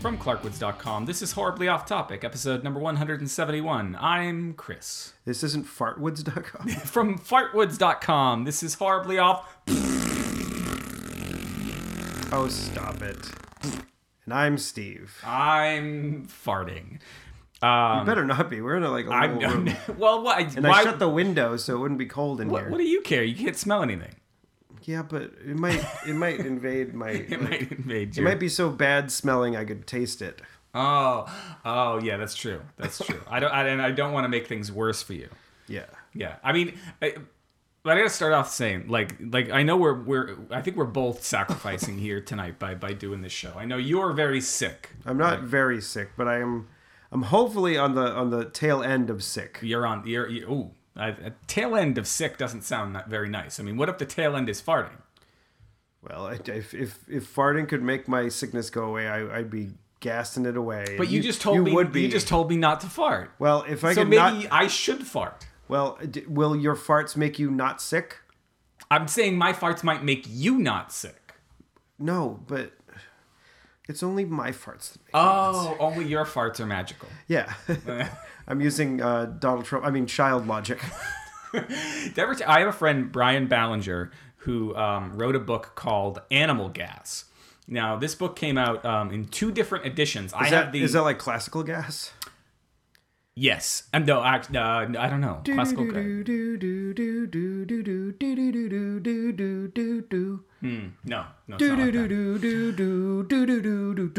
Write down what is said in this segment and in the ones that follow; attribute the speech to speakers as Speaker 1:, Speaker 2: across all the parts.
Speaker 1: From ClarkWoods.com, this is Horribly Off Topic, episode number 171. I'm Chris.
Speaker 2: This isn't fartwoods.com.
Speaker 1: From fartwoods.com, this is Horribly Off.
Speaker 2: oh, stop it. And I'm Steve.
Speaker 1: I'm farting.
Speaker 2: you better not be. We're in a, like a
Speaker 1: Um, I'm,
Speaker 2: little room.
Speaker 1: well, what?
Speaker 2: And
Speaker 1: why-
Speaker 2: I shut the window so it wouldn't be cold in
Speaker 1: what,
Speaker 2: here.
Speaker 1: what do you care? You can't smell anything.
Speaker 2: yeah, but it might it might invade my.
Speaker 1: It
Speaker 2: like,
Speaker 1: might invade
Speaker 2: it
Speaker 1: you.
Speaker 2: might be so bad smelling I could taste it.
Speaker 1: Oh, oh yeah, that's true. That's true. I don't, I, and I don't want to make things worse for you.
Speaker 2: Yeah.
Speaker 1: Yeah, I mean, I, but I gotta start off saying like like I know we're we're I think we're both sacrificing here tonight by by doing this show. I know you're very sick.
Speaker 2: I'm not very sick, but I am. I'm hopefully on the on the tail end of sick.
Speaker 1: You're on. You're you, ooh. I, a tail end of sick doesn't sound not very nice. I mean, what if the tail end is farting?
Speaker 2: Well, I, if, if if farting could make my sickness go away, I, I'd be gassing it away.
Speaker 1: But you, just told
Speaker 2: you
Speaker 1: me
Speaker 2: would be.
Speaker 1: you just told me not to fart.
Speaker 2: well, if I
Speaker 1: so
Speaker 2: could
Speaker 1: maybe
Speaker 2: not
Speaker 1: I should fart.
Speaker 2: Well, uh, d- will your farts make you not sick?
Speaker 1: I'm saying my farts might make you not sick.
Speaker 2: No, but it's only my farts. That make
Speaker 1: Oh, only your farts are magical.
Speaker 2: yeah. I'm using uh, Donald Trump. I mean, child logic.
Speaker 1: Every ti- I have a friend, Brian Ballinger, who um, wrote a book called Animal Gas. Now, this book came out um, in two different editions. I
Speaker 2: Is
Speaker 1: have
Speaker 2: that,
Speaker 1: the
Speaker 2: is that like classical gas?
Speaker 1: yes, and no, I, uh, I don't know classical. gas. No, no, it's
Speaker 2: There
Speaker 1: not like that.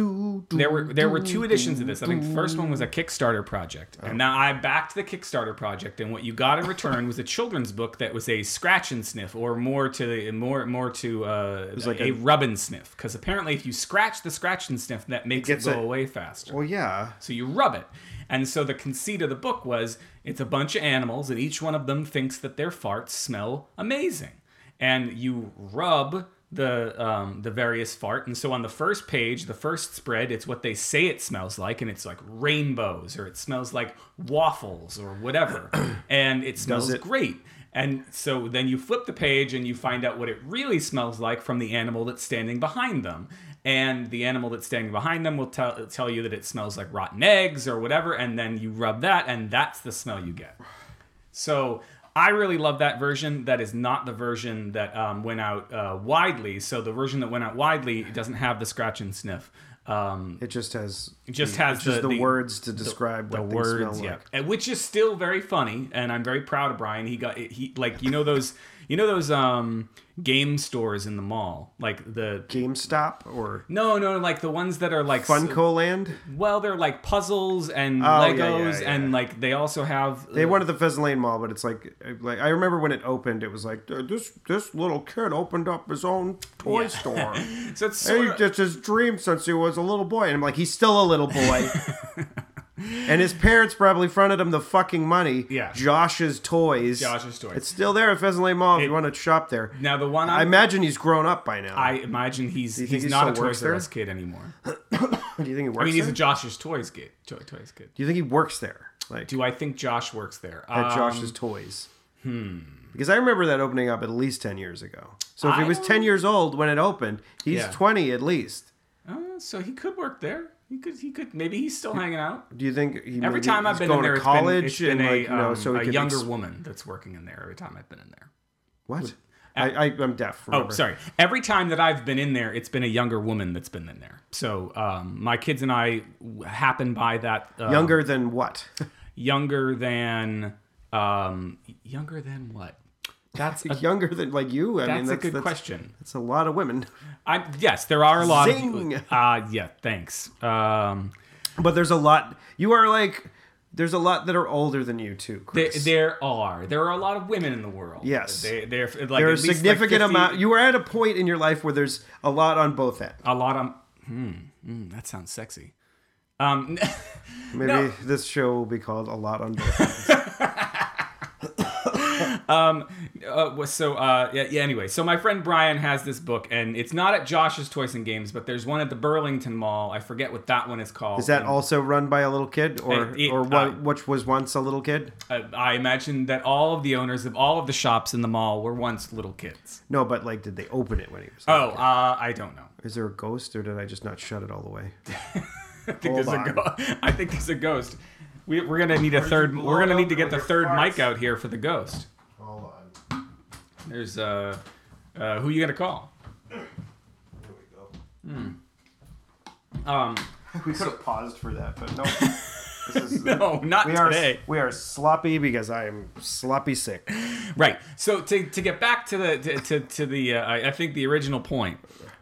Speaker 1: There were there were two editions of this. I think the first one was a Kickstarter project,
Speaker 2: Oh.
Speaker 1: and now I backed the Kickstarter project, and what you got in return was a children's book that was a scratch and sniff, or more to more more to uh,
Speaker 2: like
Speaker 1: a,
Speaker 2: a-
Speaker 1: rub and sniff, because apparently if you scratch the scratch and sniff, that makes it,
Speaker 2: gets
Speaker 1: go
Speaker 2: a-
Speaker 1: away faster.
Speaker 2: Well, yeah.
Speaker 1: So you rub it. And so the conceit of the book was it's a bunch of animals, and each one of them thinks that their farts smell amazing. And you rub the um, the various fart. And so on the first page, the first spread, it's what they say it smells like, and it's like rainbows, or it smells like waffles, or whatever. and it smells
Speaker 2: it-
Speaker 1: great. And so then you flip the page and you find out what it really smells like from the animal that's standing behind them. And the animal that's standing behind them will tell, tell you that it smells like rotten eggs or whatever. And then you rub that, and that's the smell you get. So I really love that version. That is not the version that um, went out uh, widely. So the version that went out widely doesn't have the scratch and sniff. Um,
Speaker 2: It just has
Speaker 1: it just has
Speaker 2: just the,
Speaker 1: the
Speaker 2: words to describe
Speaker 1: the
Speaker 2: what they
Speaker 1: words,
Speaker 2: smell
Speaker 1: yeah,
Speaker 2: like.
Speaker 1: And which is still very funny, and I'm very proud of Brian. He got he like you know those you know those um game stores in the mall, like the
Speaker 2: GameStop or
Speaker 1: no no like the ones that are like
Speaker 2: Funco Land.
Speaker 1: well they're like puzzles and
Speaker 2: Oh, yeah,
Speaker 1: Legos
Speaker 2: yeah, yeah.
Speaker 1: and like they also have
Speaker 2: They wanted the Pheasant Lane Mall, but it's like, like I remember when it opened, it was like this this little kid opened up his own toy
Speaker 1: Yeah.
Speaker 2: store.
Speaker 1: so it's
Speaker 2: Hey,
Speaker 1: sort of-
Speaker 2: it's his dream since he was a little boy, and I'm like, he's still a little boy. and his parents probably fronted him the fucking money.
Speaker 1: Yeah.
Speaker 2: Josh's toys.
Speaker 1: Josh's toys.
Speaker 2: It's still there at Pheasant Lane Mall if you want to shop there.
Speaker 1: now the one
Speaker 2: I
Speaker 1: I'm,
Speaker 2: imagine he's grown up by now.
Speaker 1: I imagine he's
Speaker 2: think
Speaker 1: he's
Speaker 2: he
Speaker 1: not a
Speaker 2: still works
Speaker 1: Toys R
Speaker 2: there?
Speaker 1: Us kid anymore.
Speaker 2: Do you think he works?
Speaker 1: I mean he's a
Speaker 2: there?
Speaker 1: Josh's Toys kid. To- toys kid.
Speaker 2: Do you think he works there? Like
Speaker 1: Do I think Josh works there?
Speaker 2: at
Speaker 1: Um,
Speaker 2: Josh's Toys. Hmm. Because I remember that opening up at least 10 years ago. So if
Speaker 1: I
Speaker 2: he was
Speaker 1: don't-
Speaker 2: 10 years old when it opened, he's
Speaker 1: Yeah.
Speaker 2: 20 at least.
Speaker 1: uh, so he could work there. He could he could maybe he's still hanging out.
Speaker 2: Do you think he
Speaker 1: Every
Speaker 2: maybe
Speaker 1: time I've
Speaker 2: he's
Speaker 1: been
Speaker 2: going
Speaker 1: in there,
Speaker 2: to
Speaker 1: it's been-
Speaker 2: college
Speaker 1: it's been,
Speaker 2: and like,
Speaker 1: a,
Speaker 2: you know,
Speaker 1: um,
Speaker 2: so he
Speaker 1: a
Speaker 2: could
Speaker 1: younger
Speaker 2: ex-
Speaker 1: woman that's working in there. Every time I've been in there.
Speaker 2: What? I, I, I'm deaf.
Speaker 1: Oh,
Speaker 2: Remember.
Speaker 1: sorry. Every time that I've been in there, it's been a younger woman that's been in there. So um, my kids and I w- happen by that uh,
Speaker 2: Younger than what?
Speaker 1: younger than um, younger than what? That's a,
Speaker 2: younger than like you? I
Speaker 1: that's
Speaker 2: mean,
Speaker 1: a
Speaker 2: that's
Speaker 1: good
Speaker 2: that's,
Speaker 1: question.
Speaker 2: That's a lot of women.
Speaker 1: I yes, there are a lot
Speaker 2: Zing!
Speaker 1: of uh, yeah. Thanks. Um,
Speaker 2: But there's a lot. You are like, there's a lot that are older than you too,
Speaker 1: there,
Speaker 2: Chris.
Speaker 1: there are there are a lot of women in the world.
Speaker 2: Yes.
Speaker 1: they, they're like
Speaker 2: there
Speaker 1: at
Speaker 2: are
Speaker 1: least, like,
Speaker 2: significant
Speaker 1: 50
Speaker 2: amount. You are at a point in your life where there's a lot on both ends.
Speaker 1: a lot of hmm, hmm, that sounds sexy um
Speaker 2: Maybe
Speaker 1: No.
Speaker 2: this show will be called A Lot on Both Ends.
Speaker 1: uh, so uh yeah, yeah anyway so my friend brian has this book and it's not at josh's toys and games but there's one at the burlington mall i forget what that one is called
Speaker 2: Is that also run by a little kid, or
Speaker 1: Uh, it-
Speaker 2: or
Speaker 1: uh,
Speaker 2: what, which was once a little kid?
Speaker 1: I, I imagine that all of the owners of all of the shops in the mall were once little kids
Speaker 2: No, but like, did they open it when he was?
Speaker 1: oh uh i don't know
Speaker 2: Is there a ghost, or did I just not shut it all the way?
Speaker 1: I think there's
Speaker 2: Hold
Speaker 1: a
Speaker 2: on.
Speaker 1: go- I think there's a ghost. We, we're gonna need a third.
Speaker 2: blow
Speaker 1: We're gonna
Speaker 2: it
Speaker 1: need to
Speaker 2: open
Speaker 1: get
Speaker 2: with
Speaker 1: the
Speaker 2: your
Speaker 1: third
Speaker 2: farts?
Speaker 1: mic out here for the ghost.
Speaker 2: Hold on.
Speaker 1: There's uh, uh who you gonna call?
Speaker 2: Here we go.
Speaker 1: Um,
Speaker 2: We could have paused for that, but no. This is,
Speaker 1: no, not
Speaker 2: we are
Speaker 1: today.
Speaker 2: we are sloppy because I am sloppy sick.
Speaker 1: Right. So to, to get back to the to to, to the uh, I I think the original point,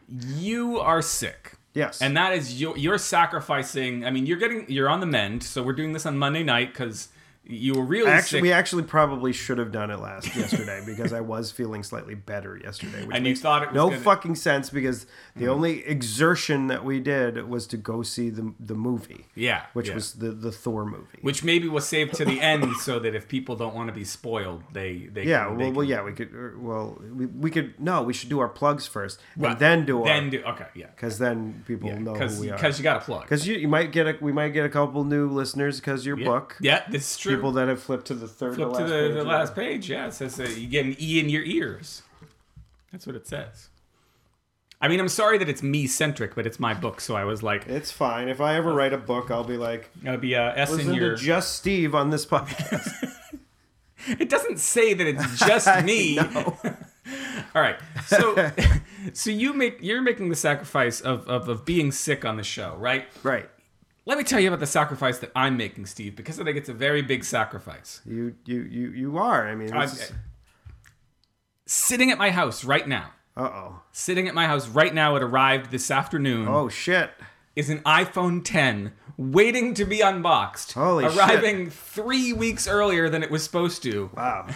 Speaker 1: you are sick.
Speaker 2: Yes.
Speaker 1: And that is you you're sacrificing. I mean, you're getting you're on the mend. So we're doing this on Monday night because you were really
Speaker 2: actually,
Speaker 1: sick.
Speaker 2: we actually probably should have done it last yesterday because I was feeling slightly better yesterday. Which
Speaker 1: And you
Speaker 2: makes
Speaker 1: thought it was
Speaker 2: no
Speaker 1: gonna- Mm-hmm.
Speaker 2: fucking sense because the only exertion that we did was to go see the the movie.
Speaker 1: Yeah,
Speaker 2: which
Speaker 1: yeah.
Speaker 2: was the the Thor movie.
Speaker 1: which maybe was saved to the end so that if people don't want to be spoiled, they they
Speaker 2: yeah,
Speaker 1: can,
Speaker 2: well,
Speaker 1: they
Speaker 2: well,
Speaker 1: can-
Speaker 2: yeah, we could. er, Well, we, we could. No, we should do our plugs first,
Speaker 1: Well,
Speaker 2: and then do
Speaker 1: then
Speaker 2: our
Speaker 1: do okay yeah
Speaker 2: because then people know who we are.
Speaker 1: because you got to plug
Speaker 2: Because you, you might get a we might get a couple new listeners because your
Speaker 1: yeah.
Speaker 2: book.
Speaker 1: yeah this is true.
Speaker 2: People that have flipped to the third.
Speaker 1: Flip
Speaker 2: to
Speaker 1: to
Speaker 2: last
Speaker 1: the,
Speaker 2: page
Speaker 1: the
Speaker 2: of
Speaker 1: last page. Yeah, it says that you get an E in your ears. That's what it says. I mean, I'm sorry that it's me centric, but it's my book, so I was like,
Speaker 2: It's fine. If I ever
Speaker 1: Uh,
Speaker 2: write a book, I'll be like,
Speaker 1: gotta be a S in
Speaker 2: listen to
Speaker 1: your.
Speaker 2: just Steve on this podcast.
Speaker 1: it doesn't say that it's just me.
Speaker 2: no.
Speaker 1: All right, so so you make you're making the sacrifice of, of of being sick on the show, right?
Speaker 2: Right.
Speaker 1: Let me tell you about the sacrifice that I'm making, Steve, because I think it's a very big sacrifice.
Speaker 2: You you you you are. I mean,
Speaker 1: I'm-
Speaker 2: this is,
Speaker 1: Sitting at my house right now,
Speaker 2: uh oh.
Speaker 1: sitting at my house right now, it arrived this afternoon.
Speaker 2: Oh shit.
Speaker 1: is an iPhone 10 waiting to be unboxed,
Speaker 2: Holy shit.
Speaker 1: arriving three weeks earlier than it was supposed to,
Speaker 2: Wow.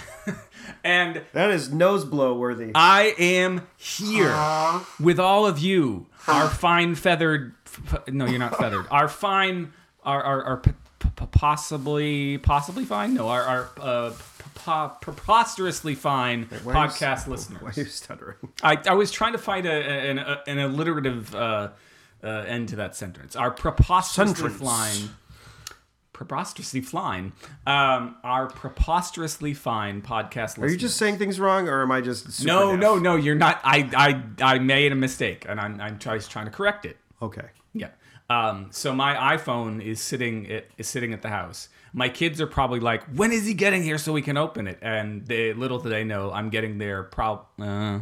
Speaker 1: and
Speaker 2: That is nose blow worthy.
Speaker 1: I am here with all of you, our fine feathered. f- No, you're not feathered. Our fine, our our, our p- p- p- possibly possibly fine. No, our our uh, p- p- preposterously fine
Speaker 2: why are you s-
Speaker 1: podcast
Speaker 2: Why
Speaker 1: listeners.
Speaker 2: are you stuttering?
Speaker 1: I, I was trying to find a, a- an, a, an alliterative uh, uh, end to that sentence. Our preposterously
Speaker 2: Sentence.
Speaker 1: flying, preposterously flying, um, our preposterously fine podcast.
Speaker 2: Are you just saying things wrong, or am I just super
Speaker 1: no,
Speaker 2: deaf?
Speaker 1: no, no? You're not. I, I, I made a mistake, and I'm, I'm try- trying to correct it.
Speaker 2: Okay.
Speaker 1: Yeah. Um, so my iPhone is sitting at, is sitting at the house. My kids are probably like, "When is he getting here so we can open it?" And they little do they know I'm getting there. Prob. Uh,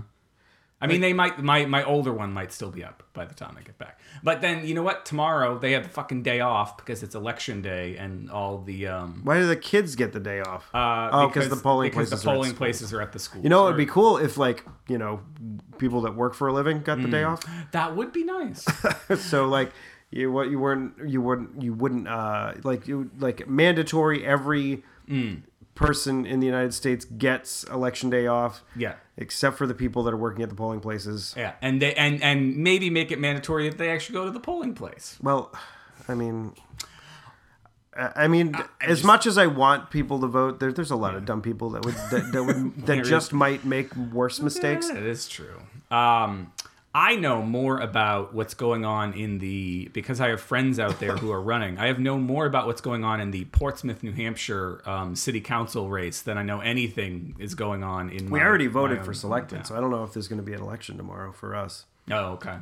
Speaker 1: I mean, they might. My my older one might still be up by the time I get back. But then you know what? Tomorrow they have the fucking day off because it's election day and all the. Um,
Speaker 2: Why do the kids get the day off?
Speaker 1: uh,
Speaker 2: oh, because the polling
Speaker 1: because
Speaker 2: places.
Speaker 1: the polling
Speaker 2: are at-
Speaker 1: places are at the school.
Speaker 2: you know, it would be cool if like you know people that work for a living got the day
Speaker 1: Hmm.
Speaker 2: off.
Speaker 1: that would be nice.
Speaker 2: so like you what you weren't you wouldn't you wouldn't uh like you like mandatory every
Speaker 1: Hmm.
Speaker 2: person in the United States gets election day off.
Speaker 1: Yeah.
Speaker 2: Except for the people that are working at the polling places.
Speaker 1: yeah, and they and and maybe make it mandatory that they actually go to the polling place.
Speaker 2: Well, I mean I I mean, as much as I want people to vote, there, there's a lot of dumb people that would that, that would that just might make worse mistakes.
Speaker 1: That is true. Um, I know more about what's going on in the because I have friends out there who are running. I have know more about what's going on in the Portsmouth, New Hampshire um, city council race than I know anything is going on in.
Speaker 2: We already voted for selectmen, so I don't know if there's going to be an election tomorrow for us.
Speaker 1: Oh, okay.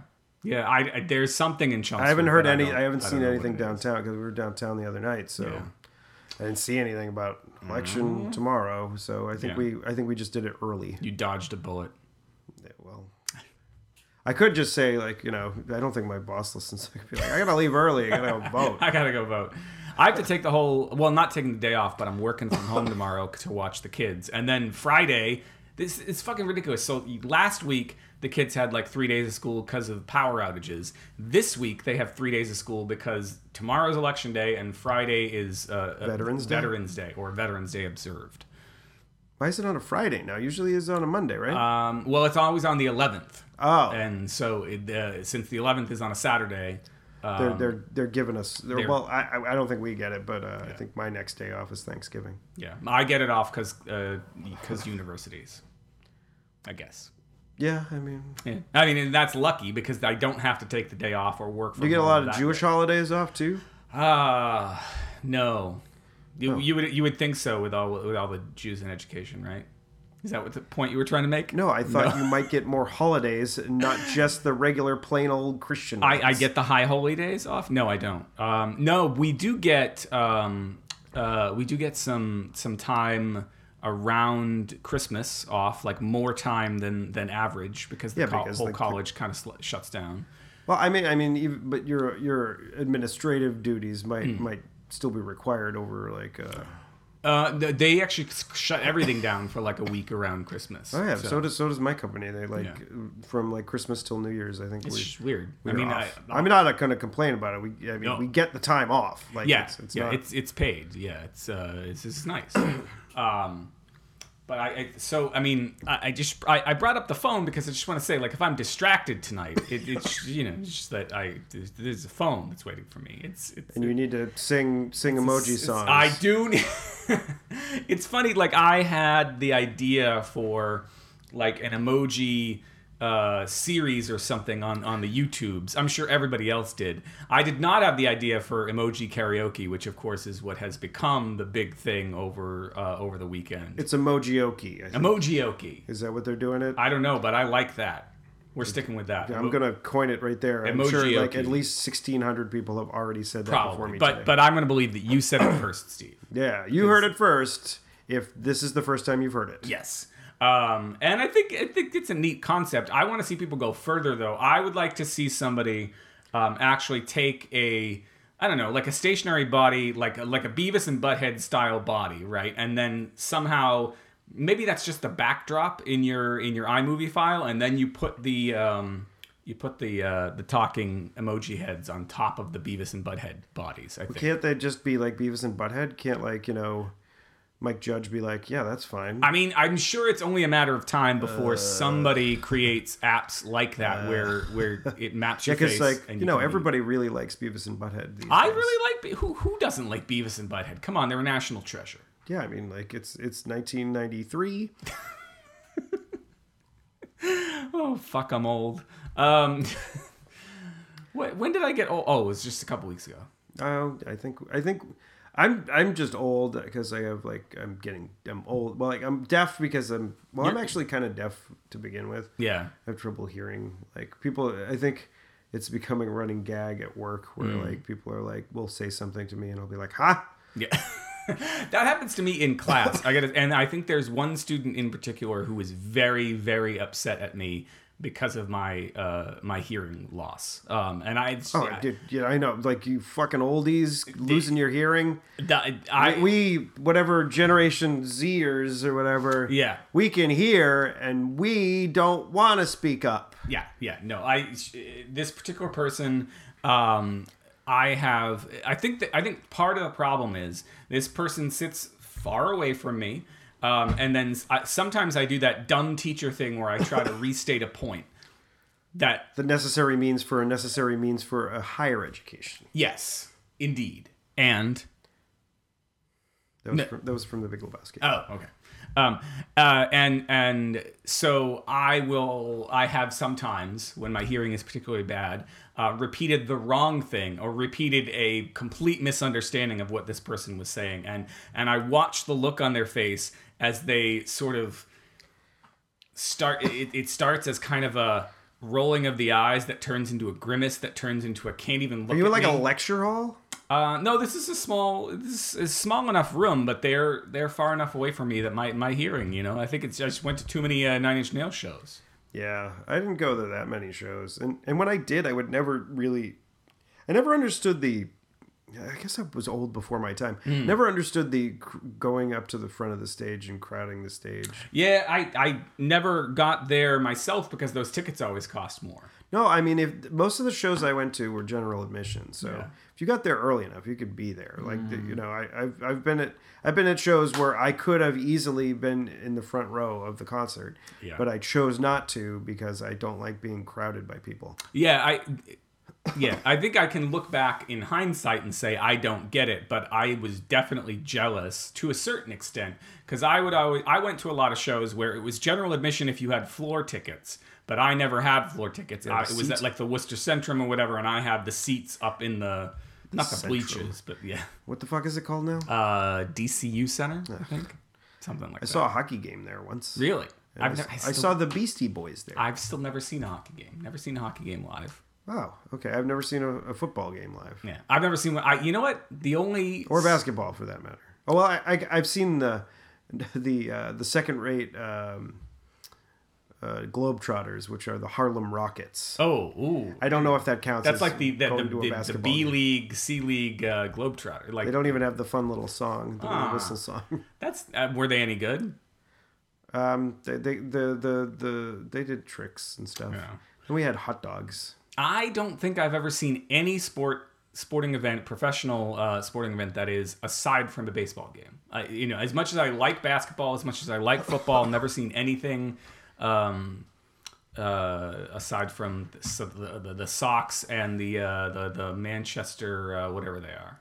Speaker 1: Yeah, I, I there's something in Chelmsford.
Speaker 2: I haven't heard
Speaker 1: but
Speaker 2: any.
Speaker 1: don't-
Speaker 2: I haven't
Speaker 1: don't
Speaker 2: seen
Speaker 1: know what
Speaker 2: anything
Speaker 1: it is.
Speaker 2: downtown because we were downtown the other night, so I didn't see anything about election tomorrow. So I think
Speaker 1: Yeah.
Speaker 2: we I think we just did it early.
Speaker 1: You dodged a bullet.
Speaker 2: Yeah, well, I could just say like you know I don't think my boss listens. I could be like I gotta leave early. I gotta vote.
Speaker 1: I gotta go vote. I have to take the whole well, not taking the day off, but I'm working from home tomorrow to watch the kids, and then Friday. This is fucking ridiculous. So last week the kids had like three days of school because of power outages. This week they have three days of school because tomorrow's election day and Friday is uh, uh,
Speaker 2: Veterans Day?
Speaker 1: Veterans Day or Veterans Day observed.
Speaker 2: Why is it on a Friday now? Usually it's on a Monday, right?
Speaker 1: Um, well, it's always on the 11th,
Speaker 2: oh,
Speaker 1: and so it, uh, since the 11th is on a Saturday,
Speaker 2: they're they're they're giving us. They're,
Speaker 1: um, they're-
Speaker 2: well, I I- I don't think we get it, but uh, I think my next day off is Thanksgiving.
Speaker 1: yeah, I get it off because because universities, I guess.
Speaker 2: Yeah, I mean
Speaker 1: Yeah. I mean, and that's lucky because I don't have to take the day off or work. From
Speaker 2: you get a
Speaker 1: home
Speaker 2: lot of
Speaker 1: Oh, that
Speaker 2: Jewish
Speaker 1: day.
Speaker 2: holidays off too.
Speaker 1: Ah, no. You, you would you would think so with all with all the Jews in education, right? Is that what the point you were trying to make?
Speaker 2: No, I thought you might get more holidays, not just the regular plain old Christian.
Speaker 1: I, I
Speaker 2: ones.
Speaker 1: get the high holy days off. No, I don't. Um, no, we do get um, uh, we do get some some time around Christmas off, like more time than than average because the
Speaker 2: Yeah,
Speaker 1: co-
Speaker 2: because
Speaker 1: whole
Speaker 2: the-
Speaker 1: college kind of sl- shuts down.
Speaker 2: Well, I mean, I mean, even, but your your administrative duties might
Speaker 1: Hmm.
Speaker 2: might still be required over like. Uh,
Speaker 1: Uh, th- they actually s- shut everything down for like a week around Christmas.
Speaker 2: oh yeah, so, does so does my company. They like from like Christmas till New Year's. I think
Speaker 1: it's
Speaker 2: we.
Speaker 1: just weird. I
Speaker 2: we're
Speaker 1: mean, I,
Speaker 2: off. I, am not gonna complain about it. We, I mean,
Speaker 1: No.
Speaker 2: we get the time off. Like,
Speaker 1: yeah,
Speaker 2: it's, it's
Speaker 1: yeah,
Speaker 2: not.
Speaker 1: it's it's paid. Yeah, it's uh, it's, it's nice. um, but I, I so I mean I, I just I, I brought up the phone because I just want to say like if I'm distracted tonight, it, it's you know it's just that I there's, there's a phone that's waiting for me. It's it's
Speaker 2: and you need to sing sing emoji
Speaker 1: it's-
Speaker 2: songs.
Speaker 1: I do. need- it's funny. Like I had the idea for like an emoji uh, series or something on on the YouTubes. I'm sure everybody else did. I did not have the idea for emoji karaoke, which of course is what has become the big thing over uh, over the weekend.
Speaker 2: It's emojioki. I think.
Speaker 1: Emojioki.
Speaker 2: Is that what they're doing it?
Speaker 1: I don't know, but I like that. We're sticking with that.
Speaker 2: I'm gonna coin it right there. I'm sure like
Speaker 1: Emojioki.
Speaker 2: at least 1,600 people have already said that before
Speaker 1: probably,
Speaker 2: me.
Speaker 1: but
Speaker 2: today.
Speaker 1: but I'm gonna believe that you said it first, Steve.
Speaker 2: yeah, you heard it first. If this is the first time you've heard it,
Speaker 1: Yes. Um, and I think I think it's a neat concept. I want to see people go further though. I would like to see somebody um, actually take a I don't know, like a stationary body, like a, like a Beavis and Butthead style body, right? And then somehow maybe that's just the backdrop in your in your iMovie file, and then you put the um, you put the uh, the talking emoji heads on top of the Beavis and Butthead bodies. I think.
Speaker 2: can't they just be like Beavis and Butthead? Can't like you know, Mike Judge be like, yeah, that's fine.
Speaker 1: I mean, I'm sure it's only a matter of time
Speaker 2: Uh,
Speaker 1: before somebody creates apps like that where where it maps your
Speaker 2: Because
Speaker 1: face.
Speaker 2: uh, like
Speaker 1: and
Speaker 2: you know,
Speaker 1: can be-
Speaker 2: everybody really likes Beavis and Butthead. These
Speaker 1: I
Speaker 2: days.
Speaker 1: really like Be- who who doesn't like Beavis and Butthead. Come on, they're a national treasure.
Speaker 2: yeah. I mean, like it's it's 1993.
Speaker 1: Oh fuck, I'm old. Um, what, when did I get old? Oh, it was just a couple weeks ago.
Speaker 2: Oh, I think I think I'm I'm just old because I have like I'm getting I'm old. Well, like I'm deaf because I'm well, I'm actually kind of deaf to begin with.
Speaker 1: Yeah.
Speaker 2: I have trouble hearing. Like people, I think it's becoming a running gag at work where
Speaker 1: Mm.
Speaker 2: like people are like will say something to me and I'll be like, "Ha."
Speaker 1: Yeah. that happens to me in class. I got to and I think there's one student in particular who is very very upset at me because of my uh my hearing loss. Um and I
Speaker 2: Oh, dude, yeah, I know. Like you fucking oldies losing your hearing.
Speaker 1: I, I
Speaker 2: we whatever generation Zers or whatever.
Speaker 1: Yeah.
Speaker 2: We can hear and we don't want to speak up.
Speaker 1: yeah yeah no i this particular person um i have i think that i think part of the problem is this person sits far away from me um and then I, sometimes i do that dumb teacher thing where i try to restate a point that
Speaker 2: the necessary means for a necessary means for a higher education.
Speaker 1: yes indeed and
Speaker 2: That was, from, that was from the Big Lebowski.
Speaker 1: Oh, okay. Um, uh, and and so I will. I have sometimes when my hearing is particularly bad, uh, repeated the wrong thing or repeated a complete misunderstanding of what this person was saying, and and I watch the look on their face as they sort of start it, it starts as kind of a rolling of the eyes that turns into a grimace that turns into a can't even look
Speaker 2: you
Speaker 1: at
Speaker 2: were like
Speaker 1: me.
Speaker 2: a lecture hall?
Speaker 1: Uh, no, this is a small, this is a small enough room, but they're they're far enough away from me that my my hearing, you know, I think it's I just went to too many uh, Nine Inch Nail shows.
Speaker 2: Yeah, I didn't go to that many shows, and and when I did, I would never really, I never understood the. I guess I was old before my time. Never understood the cr- going up to the front of the stage and crowding the stage.
Speaker 1: Yeah, I I never got there myself because those tickets always cost more.
Speaker 2: No, I mean, if most of the shows I went to were general admission, so if you got there early enough, you could be there. Like the-
Speaker 1: Mm.
Speaker 2: you know, I, I've I've been at I've been at shows where I could have easily been in the front row of the concert,
Speaker 1: Yeah.
Speaker 2: but I chose not to because I don't like being crowded by people.
Speaker 1: Yeah, I. Yeah, I think I can look back in hindsight and say I don't get it, but I was definitely jealous to a certain extent because I would always I went to a lot of shows where it was general admission if you had floor tickets, but I never had floor tickets. I, it was at like the Worcester Centrum or whatever, and I had the seats up in the not the
Speaker 2: Centrum.
Speaker 1: bleachers, but yeah,
Speaker 2: What the fuck is it called now?
Speaker 1: uh, DCU Center, I think. something like
Speaker 2: I
Speaker 1: that.
Speaker 2: saw a hockey game there once.
Speaker 1: really?
Speaker 2: And
Speaker 1: I've
Speaker 2: I,
Speaker 1: never, I,
Speaker 2: I
Speaker 1: still,
Speaker 2: saw the Beastie Boys there.
Speaker 1: I've still never seen a hockey game. Never seen a hockey game live.
Speaker 2: wow. Okay. I've never seen a, a football game live
Speaker 1: Yeah, I've never seen one. I, you know what? The only
Speaker 2: or basketball for that matter. Oh well, I, I I've seen the the uh, the second rate um, uh, Globetrotters, which are the Harlem Rockets.
Speaker 1: oh ooh,
Speaker 2: I don't know if that counts.
Speaker 1: that's
Speaker 2: as
Speaker 1: like the the,
Speaker 2: going
Speaker 1: the,
Speaker 2: to a
Speaker 1: the, the
Speaker 2: basketball
Speaker 1: B
Speaker 2: game.
Speaker 1: League, C League uh, Globetrotter. Like
Speaker 2: They don't even have the fun little song, the
Speaker 1: Ah.
Speaker 2: little whistle song.
Speaker 1: that's uh, were they any good?
Speaker 2: Um, they, they the the the they did tricks and stuff.
Speaker 1: Yeah.
Speaker 2: And we had hot dogs.
Speaker 1: I don't think I've ever seen any sport sporting event, professional uh, sporting event that is aside from a baseball game. I, you know, as much as I like basketball, as much as I like football, never seen anything um, uh, aside from the, so- the, the, the Sox and the, uh, the the Manchester uh, whatever they are.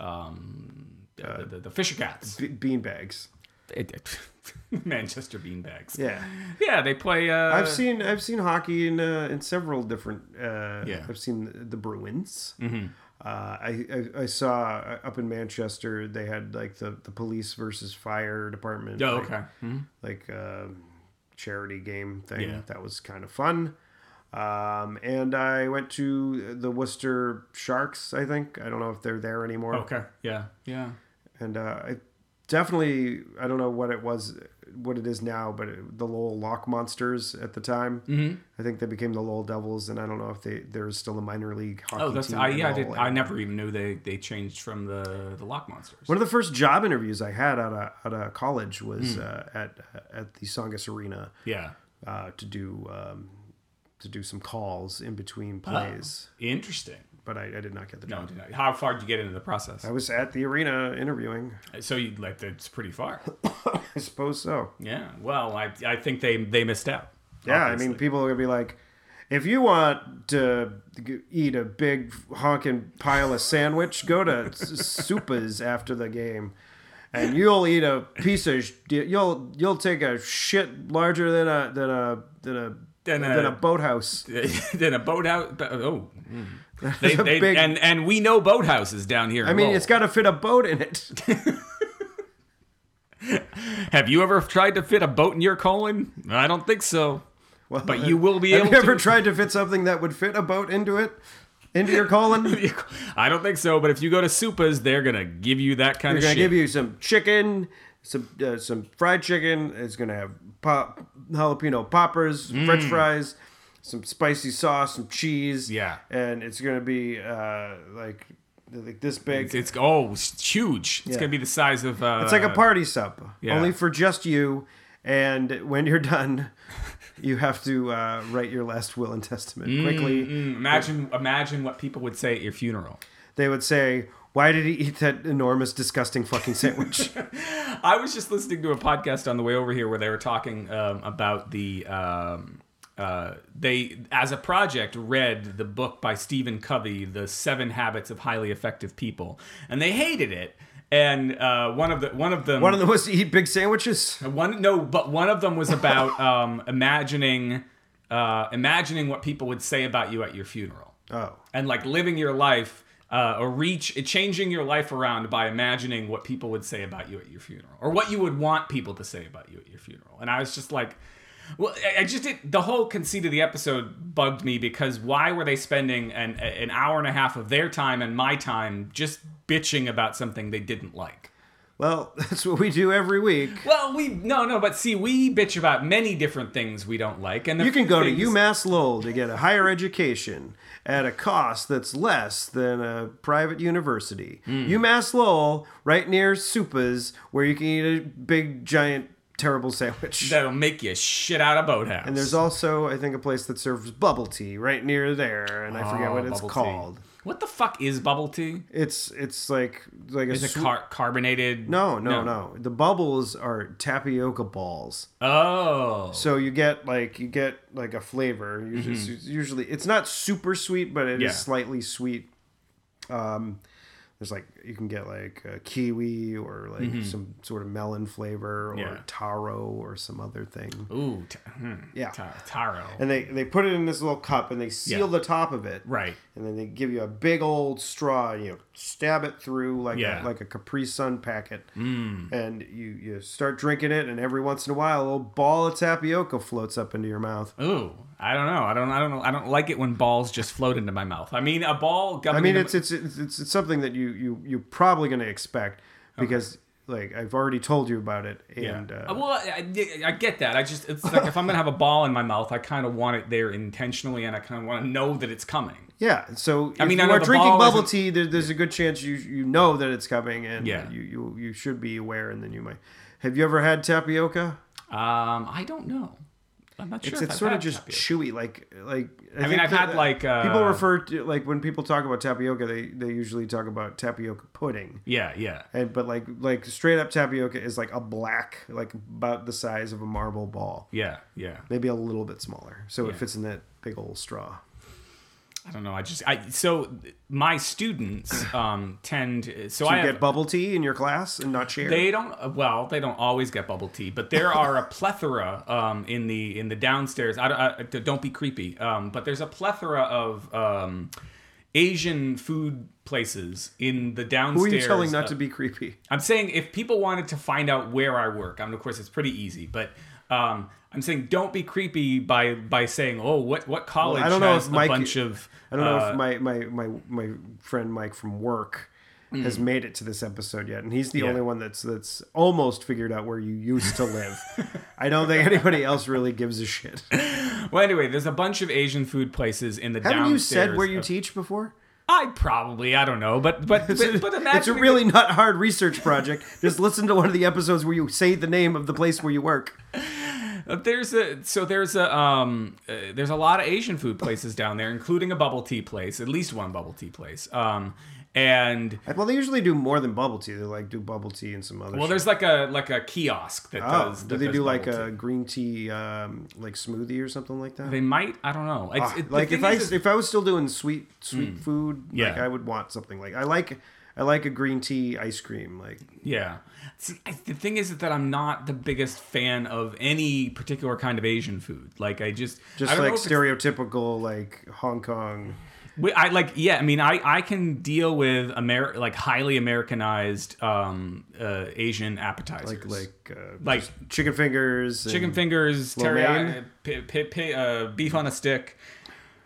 Speaker 1: Um, the,
Speaker 2: Uh,
Speaker 1: the, the Fisher Cats,
Speaker 2: Be- bean bags.
Speaker 1: Manchester Beanbags. Yeah.
Speaker 2: Yeah.
Speaker 1: they play. Uh,
Speaker 2: I've seen I've seen hockey in uh, in several different.
Speaker 1: Yeah.
Speaker 2: Uh,
Speaker 1: Mm-hmm.
Speaker 2: I've seen the, the Bruins. Uh, I, I I saw uh, up in Manchester they had like the, the police versus fire department.
Speaker 1: Oh,
Speaker 2: like-
Speaker 1: okay. Mhm.
Speaker 2: Like uh, charity game thing
Speaker 1: Yeah.
Speaker 2: that was kind of fun. Um, and I went to the Worcester Sharks. I think I don't know if they're there anymore.
Speaker 1: Okay. Yeah. Yeah.
Speaker 2: And uh, I definitely I don't know what it was, what it is now, but it, the Lowell Lock Monsters at the time. Mm-hmm. I think they became the Lowell Devils, and I don't know if they there's still a minor league hockey
Speaker 1: Oh, that's
Speaker 2: team.
Speaker 1: I,
Speaker 2: at
Speaker 1: yeah. I,
Speaker 2: all.
Speaker 1: did, I never even knew they, they changed from the the Lock Monsters.
Speaker 2: One of the first job interviews I had out of out of college
Speaker 1: Hmm.
Speaker 2: was uh, at at the Songus Arena
Speaker 1: Yeah,
Speaker 2: uh, to do um, to do some calls in between plays,
Speaker 1: interesting.
Speaker 2: but I, I did not get the
Speaker 1: No,
Speaker 2: job.
Speaker 1: I did not- how far did you get into the process?
Speaker 2: I was at the arena interviewing.
Speaker 1: So you like that's pretty far.
Speaker 2: I suppose so.
Speaker 1: Yeah. Well, I I think they they missed out.
Speaker 2: Yeah, I
Speaker 1: obviously.
Speaker 2: mean, people are gonna be like, if you want to g- eat a big honking pile of sandwich, go to S- Supas after the game, and you'll eat a piece of sh- you'll you'll take a shit larger than a than a than a
Speaker 1: Than
Speaker 2: than
Speaker 1: a-
Speaker 2: a, boathouse.
Speaker 1: then a boathouse. Oh, mm. they,
Speaker 2: a
Speaker 1: they,
Speaker 2: big-
Speaker 1: and and we know boathouses down here.
Speaker 2: I mean, it's got to fit a boat in it.
Speaker 1: Have you ever tried to fit a boat in your colon? I don't think so.
Speaker 2: Well,
Speaker 1: But you will be
Speaker 2: Have
Speaker 1: able
Speaker 2: you ever
Speaker 1: to-
Speaker 2: tried to fit something that would fit a boat into it, into your colon? They're
Speaker 1: I don't think so. But if you go to Supas, they're gonna give you that kind of
Speaker 2: gonna
Speaker 1: shit.
Speaker 2: give you some chicken. Some uh, some fried chicken. It's gonna have pop jalapeno poppers, some
Speaker 1: Mm.
Speaker 2: French fries, some spicy sauce, some cheese.
Speaker 1: Yeah.
Speaker 2: and it's gonna be uh, like like this big.
Speaker 1: It's, it's oh, it's huge. It's
Speaker 2: Yeah.
Speaker 1: gonna be the size of. Uh,
Speaker 2: It's like a party sup,
Speaker 1: yeah.
Speaker 2: only for just you. And when you're done, you have to uh, write your last will and testament quickly.
Speaker 1: Mm. Imagine, imagine what people would say at your funeral.
Speaker 2: They would say, "Why did he eat that enormous, disgusting fucking sandwich?"
Speaker 1: I was just listening to a podcast on the way over here where they were talking um, about the um, uh, they as a project read the book by Stephen Covey, The Seven Habits of Highly Effective People, and they hated it. And uh, one of the one of them
Speaker 2: One of them was to eat big sandwiches.
Speaker 1: One no, but one of them was about um, imagining uh, imagining what people would say about you at your funeral.
Speaker 2: Oh.
Speaker 1: And like living your life uh, or reach changing your life around by imagining what people would say about you at your funeral or what you would want people to say about you at your funeral. And I was just like well, I- I just did the whole conceit of the episode bugged me because why were they spending an an hour and a half of their time and my time just bitching about something they didn't like?
Speaker 2: Well, that's what we do every week.
Speaker 1: Well, we no no, but see, we bitch about many different things we don't like, and the
Speaker 2: You can go to
Speaker 1: things-
Speaker 2: UMass Lowell to get a higher education at a cost that's less than a private university.
Speaker 1: Hmm.
Speaker 2: UMass Lowell, right near Supas, where you can eat a big, giant, terrible sandwich.
Speaker 1: that'll make you shit out of boathouse.
Speaker 2: and there's also, I think, a place that serves bubble tea right near there, and I forget what it's
Speaker 1: Oh, bubble tea.
Speaker 2: called.
Speaker 1: What the fuck is bubble tea?
Speaker 2: It's it's like like
Speaker 1: Is
Speaker 2: a,
Speaker 1: it
Speaker 2: swe-
Speaker 1: car- carbonated?
Speaker 2: no, no, no no. The bubbles are tapioca balls.
Speaker 1: Oh,
Speaker 2: So you get like you get like a flavor. You
Speaker 1: Mm-hmm.
Speaker 2: just- it's usually it's not super sweet, but it
Speaker 1: Yeah.
Speaker 2: is slightly sweet. Um, There's like you can get like a kiwi or like some sort of melon flavor or
Speaker 1: Mm-hmm. Yeah.
Speaker 2: taro or some other thing.
Speaker 1: Ooh, t- hmm,
Speaker 2: Yeah.
Speaker 1: ta- taro.
Speaker 2: And they they put it in this little cup and they seal
Speaker 1: Yeah.
Speaker 2: the top of it.
Speaker 1: Right.
Speaker 2: And then they give you a big old straw and you stab it through like
Speaker 1: Yeah.
Speaker 2: a, like a Capri Sun packet. Mm. And you you start drinking it and every once in a while a little ball of tapioca floats up into your mouth.
Speaker 1: Ooh, I don't know. I don't. I don't know. I don't like it when balls just float into my mouth. I mean, a ball.
Speaker 2: I mean, it's it's it's, it's, it's something that you you you're probably going to expect because like I've already told you about it, and
Speaker 1: Yeah.
Speaker 2: uh,
Speaker 1: well, I, I- I get that. I just it's like if I'm gonna have a ball in my mouth, I kind of want it there intentionally, and I kind of want to know that it's coming.
Speaker 2: yeah. So I
Speaker 1: mean,
Speaker 2: you
Speaker 1: I know
Speaker 2: are
Speaker 1: the
Speaker 2: drinking
Speaker 1: ball
Speaker 2: bubble
Speaker 1: isn't-
Speaker 2: tea. There, there's a good chance you you know that it's coming, and
Speaker 1: Yeah.
Speaker 2: you, you you should be aware, and then you might. Have you ever had tapioca?
Speaker 1: Um, I don't know. I'm not sure.
Speaker 2: It's,
Speaker 1: if
Speaker 2: it's
Speaker 1: I've
Speaker 2: sort
Speaker 1: had
Speaker 2: of just
Speaker 1: tapioca.
Speaker 2: chewy, like like. I,
Speaker 1: mean,
Speaker 2: think
Speaker 1: I've had, like,
Speaker 2: people
Speaker 1: uh,
Speaker 2: refer to like when people talk about tapioca, they they usually talk about tapioca pudding.
Speaker 1: yeah, yeah.
Speaker 2: And, but like like straight up tapioca is like a black like about the size of a marble ball.
Speaker 1: Yeah, yeah.
Speaker 2: maybe a little bit smaller so it fits in that big old straw
Speaker 1: I don't know. I just I so my students um tend so I
Speaker 2: you
Speaker 1: have,
Speaker 2: get bubble tea in your class and not share
Speaker 1: They don't. Well, they don't always get bubble tea, but there are a plethora um, in the in the downstairs. I, I, don't be creepy, um, but there's a plethora of um, Asian food places in the downstairs.
Speaker 2: who are you telling not
Speaker 1: uh,
Speaker 2: to be creepy
Speaker 1: I'm saying if people wanted to find out where I work, I mean, of course, it's pretty easy, but. Um, I'm saying don't be creepy by by saying, oh, what what college
Speaker 2: I don't know
Speaker 1: has
Speaker 2: if Mike-
Speaker 1: a bunch of
Speaker 2: i don't know
Speaker 1: uh,
Speaker 2: if my my my, my friend mike from work has made it to this episode yet and he's the only one that's that's almost figured out where you used to live i don't think anybody else really gives a shit
Speaker 1: well, anyway, there's a bunch of Asian food places in the
Speaker 2: haven't
Speaker 1: downstairs.
Speaker 2: you said where you
Speaker 1: of-
Speaker 2: teach before
Speaker 1: I probably I don't know, but but but, but imagine
Speaker 2: it's a really not hard research project just listen to one of the episodes where you say the name of the place where you work
Speaker 1: Uh, there's a so there's a um uh, there's a lot of Asian food places down there, including a bubble tea place, at least one bubble tea place. Um, and
Speaker 2: well they usually do more than bubble tea they like do bubble tea and some other
Speaker 1: well, there's like a like a kiosk that
Speaker 2: Oh,
Speaker 1: does.
Speaker 2: do
Speaker 1: that
Speaker 2: they
Speaker 1: does
Speaker 2: do like
Speaker 1: bubble
Speaker 2: a
Speaker 1: tea.
Speaker 2: green tea um, like smoothie or something like that? Ah,
Speaker 1: They might. I don't know. It's, it, the
Speaker 2: like if
Speaker 1: thing
Speaker 2: I
Speaker 1: is, is-
Speaker 2: if I was still doing sweet sweet food, like
Speaker 1: Yeah.
Speaker 2: I would want something like I like I like a green tea ice cream. Like
Speaker 1: Yeah. See, I, the thing is that I'm not the biggest fan of any particular kind of Asian food. Like I just I
Speaker 2: just
Speaker 1: don't know
Speaker 2: like
Speaker 1: if it's-
Speaker 2: stereotypical like Hong Kong.
Speaker 1: We- I like yeah. I mean, I I can deal with Amer like highly Americanized um uh Asian appetizers
Speaker 2: Like like uh,
Speaker 1: Like-
Speaker 2: just chicken fingers,
Speaker 1: chicken
Speaker 2: and
Speaker 1: fingers, teriyaki,
Speaker 2: mein?
Speaker 1: pi pi pi uh, beef on a stick,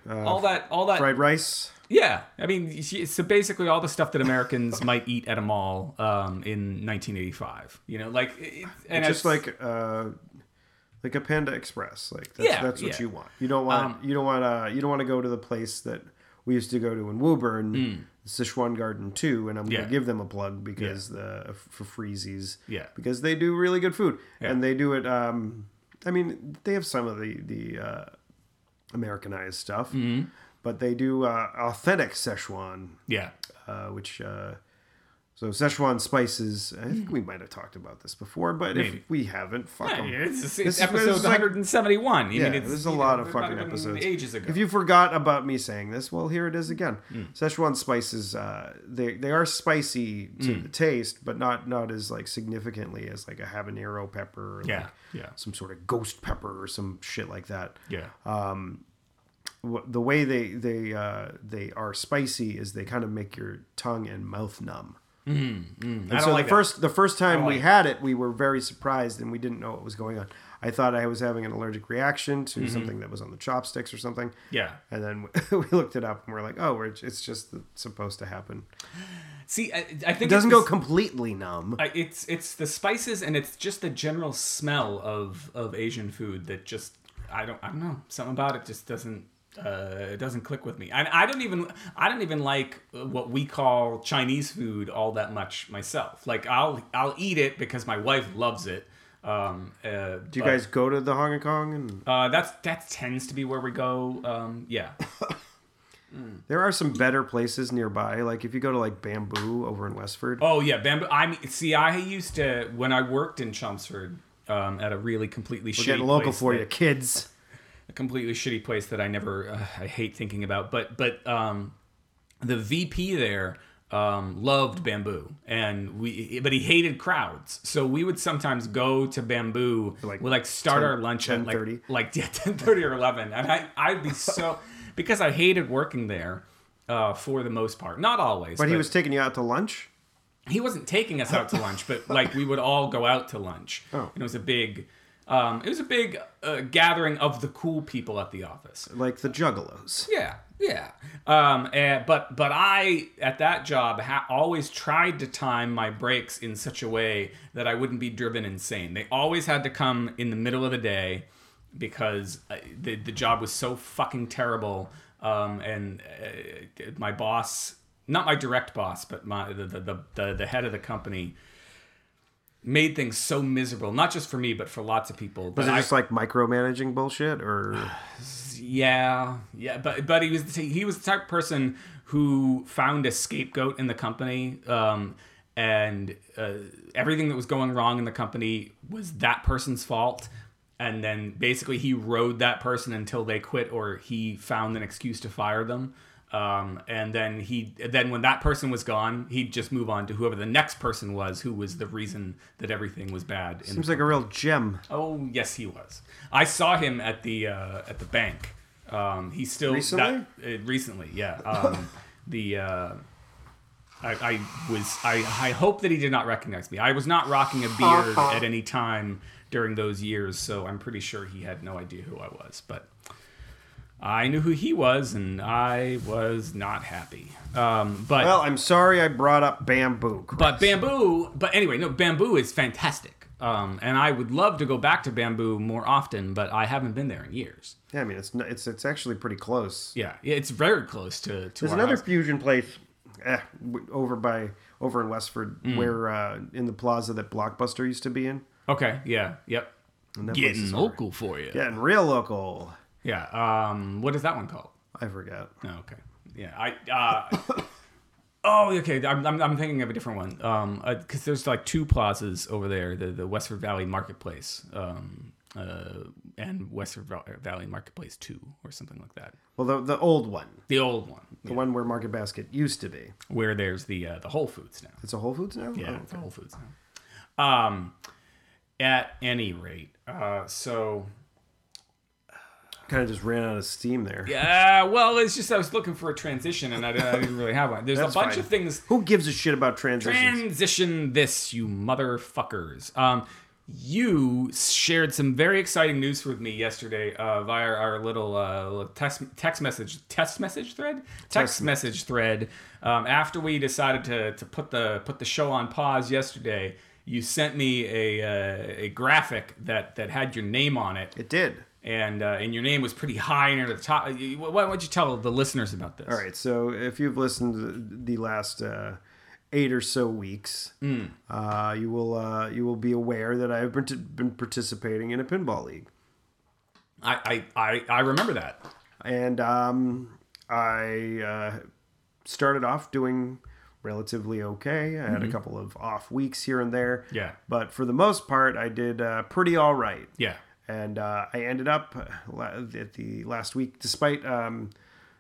Speaker 1: all that, all that.
Speaker 2: Uh, fried rice.
Speaker 1: Yeah, I mean, she- so basically all the stuff that Americans might eat at a mall um, in 1985. You know, like it, and it's-
Speaker 2: just like uh, like a Panda Express. Like that's,
Speaker 1: Yeah,
Speaker 2: that's what
Speaker 1: yeah. Um,
Speaker 2: you want. You don't want you don't want to you don't want to go to the place that we used to go to in Woburn, Sichuan Garden Two, and I'm
Speaker 1: Hmm. Yeah.
Speaker 2: gonna give them a plug because the for Freezies,
Speaker 1: Yeah.
Speaker 2: because they do really good food and they do it. Um, I mean, they have some of the the uh, Americanized stuff.
Speaker 1: Mm-hmm.
Speaker 2: But they do uh, authentic Szechuan
Speaker 1: yeah,
Speaker 2: uh, which uh, so Szechuan spices. I think we might have talked about this before, but
Speaker 1: Maybe.
Speaker 2: if we haven't, fuck 'em.
Speaker 1: it's, it's
Speaker 2: This is-
Speaker 1: episode
Speaker 2: this is like-
Speaker 1: 171. I
Speaker 2: Yeah,
Speaker 1: mean, it's,
Speaker 2: there's a
Speaker 1: you
Speaker 2: lot
Speaker 1: know,
Speaker 2: of
Speaker 1: it might have
Speaker 2: fucking
Speaker 1: been
Speaker 2: episodes.
Speaker 1: Ages ago.
Speaker 2: If you forgot about me saying this, well, here it is again.
Speaker 1: Hmm.
Speaker 2: Szechuan spices, uh, they they are spicy to
Speaker 1: Hmm.
Speaker 2: the taste, but not not as like significantly as like a habanero pepper. Or,
Speaker 1: yeah,
Speaker 2: like,
Speaker 1: yeah,
Speaker 2: Some sort of ghost pepper or some shit like that.
Speaker 1: yeah.
Speaker 2: Wh- The way they they uh, they are spicy is they kind of make your tongue and mouth numb.
Speaker 1: Mm, I don't
Speaker 2: so
Speaker 1: like that.
Speaker 2: the first the first time we
Speaker 1: like
Speaker 2: had it, we were very surprised and we didn't know what was going on. I thought I was having an allergic reaction to
Speaker 1: Mm-hmm.
Speaker 2: something that was on the chopsticks or something.
Speaker 1: Yeah.
Speaker 2: And then we, we looked it up and we're like, oh, we're, it's just supposed to happen.
Speaker 1: See, I, I think
Speaker 2: It doesn't
Speaker 1: it's
Speaker 2: go completely numb.
Speaker 1: I, it's it's the spices and it's just the general smell of of Asian food that just I don't I don't know something about it just doesn't uh, it doesn't click with me. And I don't even I don't even like what we call Chinese food all that much myself. Like I'll I'll eat it because my wife loves it. Um, uh,
Speaker 2: Do you guys go to the Hong Kong? And
Speaker 1: Uh, that's that tends to be where we go. Um, yeah,
Speaker 2: there are some better places nearby. Like if you go to like Bamboo over in Westford,
Speaker 1: Oh yeah, bamboo. I mean, see, I used to when I worked in Chelmsford um, at a really completely shitty
Speaker 2: getting local
Speaker 1: place
Speaker 2: for
Speaker 1: that-
Speaker 2: you, kids.
Speaker 1: a completely shitty place that I never uh, I hate thinking about. But but um, the VP there um, loved bamboo, and we but he hated crowds. So we would sometimes go to bamboo.
Speaker 2: Like
Speaker 1: Like we like start
Speaker 2: 10
Speaker 1: our lunch at like
Speaker 2: 10:30?
Speaker 1: like yeah, ten thirty or eleven, and I I'd be so because I hated working there. Uh, for the most part, not always.
Speaker 2: But he was taking you out to lunch.
Speaker 1: he wasn't taking us out to lunch, but like we would all go out to lunch.
Speaker 2: Oh.
Speaker 1: And it was a big, um, it was a big uh, gathering of the cool people at the office.
Speaker 2: like the Juggalos.
Speaker 1: Yeah, yeah. Um, and, but but I at that job ha- always tried to time my breaks in such a way that I wouldn't be driven insane. They always had to come in the middle of the day because uh, the the job was so fucking terrible. Um, and uh, my boss, not my direct boss, but my the the, the, the, the head of the company. Made things so miserable, not just for me, but for lots of people.
Speaker 2: Was
Speaker 1: that
Speaker 2: it
Speaker 1: I-
Speaker 2: just like micromanaging bullshit, or
Speaker 1: yeah, yeah, but but he was the t- he was the type of person who found a scapegoat in the company, um, and uh, everything that was going wrong in the company was that person's fault. And then basically he rode that person until they quit or he found an excuse to fire them. Um, and then he then when that person was gone, he'd just move on to whoever the next person was who was the reason that everything was bad. In the
Speaker 2: seems like a real gem?
Speaker 1: Oh yes, he was. I saw him at the uh, at the bank. Um, he still
Speaker 2: Recently?
Speaker 1: that- uh, recently, yeah. Um, the uh, I, I was I, I hope that he did not recognize me. I was not rocking a beard at any time during those years, so I'm pretty sure he had no idea who I was. But I knew who he was, and I was not happy. Um, but
Speaker 2: Well, I'm sorry I brought up bamboo. Chris.
Speaker 1: but bamboo, but anyway, no, bamboo is fantastic. Um, and I would love to go back to bamboo more often, but I haven't been there in years.
Speaker 2: yeah, I mean it's n- it's it's actually pretty close.
Speaker 1: Yeah, yeah, it's very close to, to
Speaker 2: There's
Speaker 1: our
Speaker 2: another
Speaker 1: house.
Speaker 2: fusion place eh, w- over by over in Westford,
Speaker 1: Mm.
Speaker 2: where uh, in the plaza that Blockbuster used to be in.
Speaker 1: Okay, yeah, yep.
Speaker 2: And that place
Speaker 1: Getting
Speaker 2: is-
Speaker 1: local for you. Yeah.
Speaker 2: yeah, and real local.
Speaker 1: Um, what is that one called?
Speaker 2: I forgot.
Speaker 1: Oh, okay. Yeah. I. Uh, oh, okay. I'm, I'm, I'm thinking of a different one. Um, because there's like two plazas over there, the the Westford Valley Marketplace, um, uh, and Westford Val- Valley Marketplace Two or something like that.
Speaker 2: Well, the the old one,
Speaker 1: The old one.
Speaker 2: the one where Market Basket used to be.
Speaker 1: where there's the uh, the Whole Foods now.
Speaker 2: It's a Whole Foods now.
Speaker 1: Yeah,
Speaker 2: Oh.
Speaker 1: it's a Whole Foods now. Um, at any rate, uh, so
Speaker 2: kind of Oh, just ran out of steam there.
Speaker 1: yeah. Well, it's just I was looking for a transition and I, didn't- I didn't really have one. There's a
Speaker 2: That's
Speaker 1: bunch
Speaker 2: fine.
Speaker 1: of things.
Speaker 2: Who gives a shit about transitions?
Speaker 1: Transition this, you motherfuckers. Um, you shared some very exciting news with me yesterday uh, via our little uh, little text text message text message thread text, message thread. Um, after we decided to, to put the put the show on pause yesterday, you sent me a uh, a graphic that that had your name on it,
Speaker 2: it did.
Speaker 1: and uh, and your name was pretty high near the top. You- Why don't you tell the listeners about this?
Speaker 2: All right. So if you've listened to the last uh, eight or so weeks, uh, you will uh, you will be aware that I've been, been participating in a pinball league,
Speaker 1: I I, I, I remember that.
Speaker 2: and um, I uh, started off doing relatively okay. I had a couple of off weeks here and there.
Speaker 1: Yeah.
Speaker 2: But for the most part, I did uh, pretty all right.
Speaker 1: Yeah.
Speaker 2: and uh, I ended up uh, la- at the last week, despite um,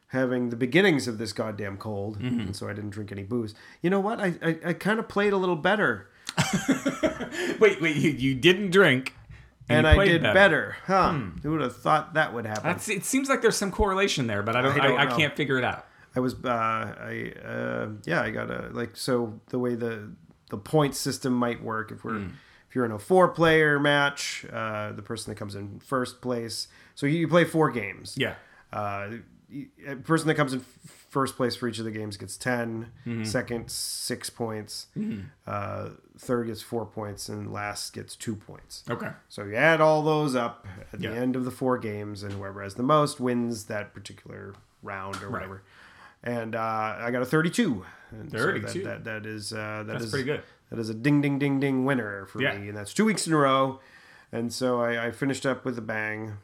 Speaker 2: having the beginnings of this goddamn cold,
Speaker 1: Mm-hmm.
Speaker 2: and so I didn't drink any booze. You know what? I I, I kind of played a little better,
Speaker 1: Wait, wait, you, you didn't drink.
Speaker 2: and,
Speaker 1: you
Speaker 2: I
Speaker 1: played Hmm.
Speaker 2: did better. Huh? Who would have thought that would happen?
Speaker 1: That's, it seems like there's some correlation there, but I don't.
Speaker 2: I
Speaker 1: I,
Speaker 2: don't
Speaker 1: I,
Speaker 2: know.
Speaker 1: can't figure it out.
Speaker 2: I was uh, I uh, yeah I got a like so the way the the point system might work if we're
Speaker 1: Hmm.
Speaker 2: if you're in a four player match uh, the person that comes in first place so you, you play four games
Speaker 1: Yeah.
Speaker 2: uh, y- a person that comes in f- first place for each of the games gets 10
Speaker 1: Mm-hmm.
Speaker 2: second six points uh, third gets four points and last gets two points
Speaker 1: Okay.
Speaker 2: so you add all those up at
Speaker 1: Yeah.
Speaker 2: the end of the four games, and whoever has the most wins that particular round or whatever. And uh, I got a 32. And so that-
Speaker 1: 32.
Speaker 2: that, that is uh, that
Speaker 1: That's
Speaker 2: is-
Speaker 1: pretty good.
Speaker 2: That is a ding ding ding ding winner for
Speaker 1: Yeah.
Speaker 2: me, and that's two weeks in a row. And so I, I finished up with a bang,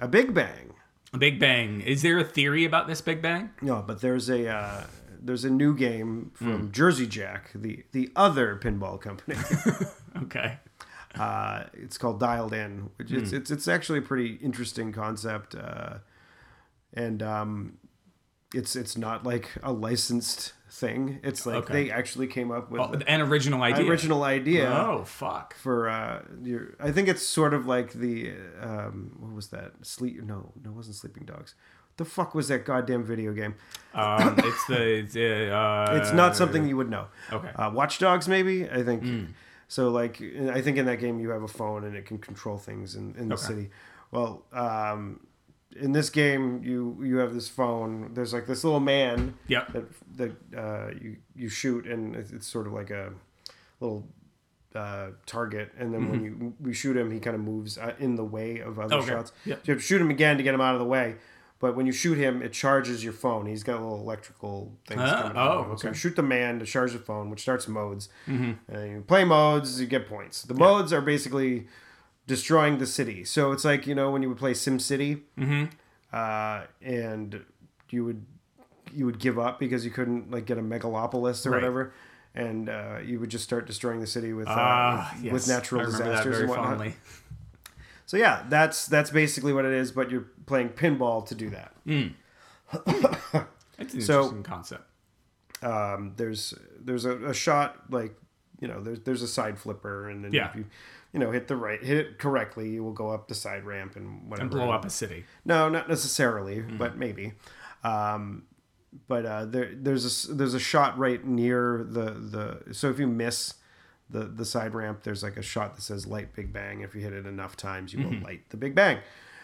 Speaker 2: a big bang.
Speaker 1: Big Bang. Is there a theory about this Big Bang?
Speaker 2: No, but there's a uh, there's a new game
Speaker 1: Hmm.
Speaker 2: from Jersey Jack, the the other pinball company.
Speaker 1: Okay.
Speaker 2: Uh, it's called Dialed In, which it's,
Speaker 1: Hmm.
Speaker 2: it's it's actually a pretty interesting concept, uh, and um, it's it's not like a licensed thing. It's like
Speaker 1: Okay.
Speaker 2: they actually came up with
Speaker 1: Oh,
Speaker 2: the
Speaker 1: an original idea.
Speaker 2: original idea
Speaker 1: Oh fuck.
Speaker 2: for uh, your. I think it's sort of like the um, what was that? Sleep? No, no, it wasn't Sleeping Dogs. The fuck was that goddamn video game?
Speaker 1: Um, it's the it's, uh,
Speaker 2: It's not something you would know.
Speaker 1: Okay.
Speaker 2: Uh, Watch Dogs, maybe I think. So like, I think in that game you have a phone and it can control things in, in the city. Well, um, in this game you you have this phone. There's like this little man.
Speaker 1: Yep.
Speaker 2: That that uh, you you shoot and it's, it's sort of like a little. Uh, target and then when you we shoot him he kind of moves uh, in the way of other
Speaker 1: Mm-hmm. Okay.
Speaker 2: shots
Speaker 1: Yep.
Speaker 2: so you have to shoot him again to get him out of the way but when you shoot him it charges your phone he's got little electrical things
Speaker 1: Ah,
Speaker 2: coming out of
Speaker 1: oh,
Speaker 2: him. so
Speaker 1: okay. Mm-hmm.
Speaker 2: you shoot the man to charge the phone, which starts modes. And you play modes, you get points. The modes are basically destroying the city. So it's like you know when you would play Sim City, uh, and you would you would give up because you couldn't like get a megalopolis or
Speaker 1: Right.
Speaker 2: whatever. And uh, you would just start destroying the city with uh,
Speaker 1: Ah,
Speaker 2: with,
Speaker 1: yes.
Speaker 2: with natural
Speaker 1: I remember
Speaker 2: disasters
Speaker 1: that very
Speaker 2: and whatnot.
Speaker 1: fondly.
Speaker 2: So yeah, that's that's basically what it is. But you're playing pinball to do that.
Speaker 1: It's an
Speaker 2: So-
Speaker 1: interesting concept.
Speaker 2: um, there's there's a, a shot like you know there's there's a side flipper and then
Speaker 1: Yeah.
Speaker 2: if you you know hit the right hit it correctly you will go up the side ramp and whatever
Speaker 1: And blow up a city.
Speaker 2: no not necessarily but maybe um, but uh, there there's a s- there's a shot right near the the so if you miss the the side ramp there's like a shot that says light big bang if you hit it enough times you will light the big bang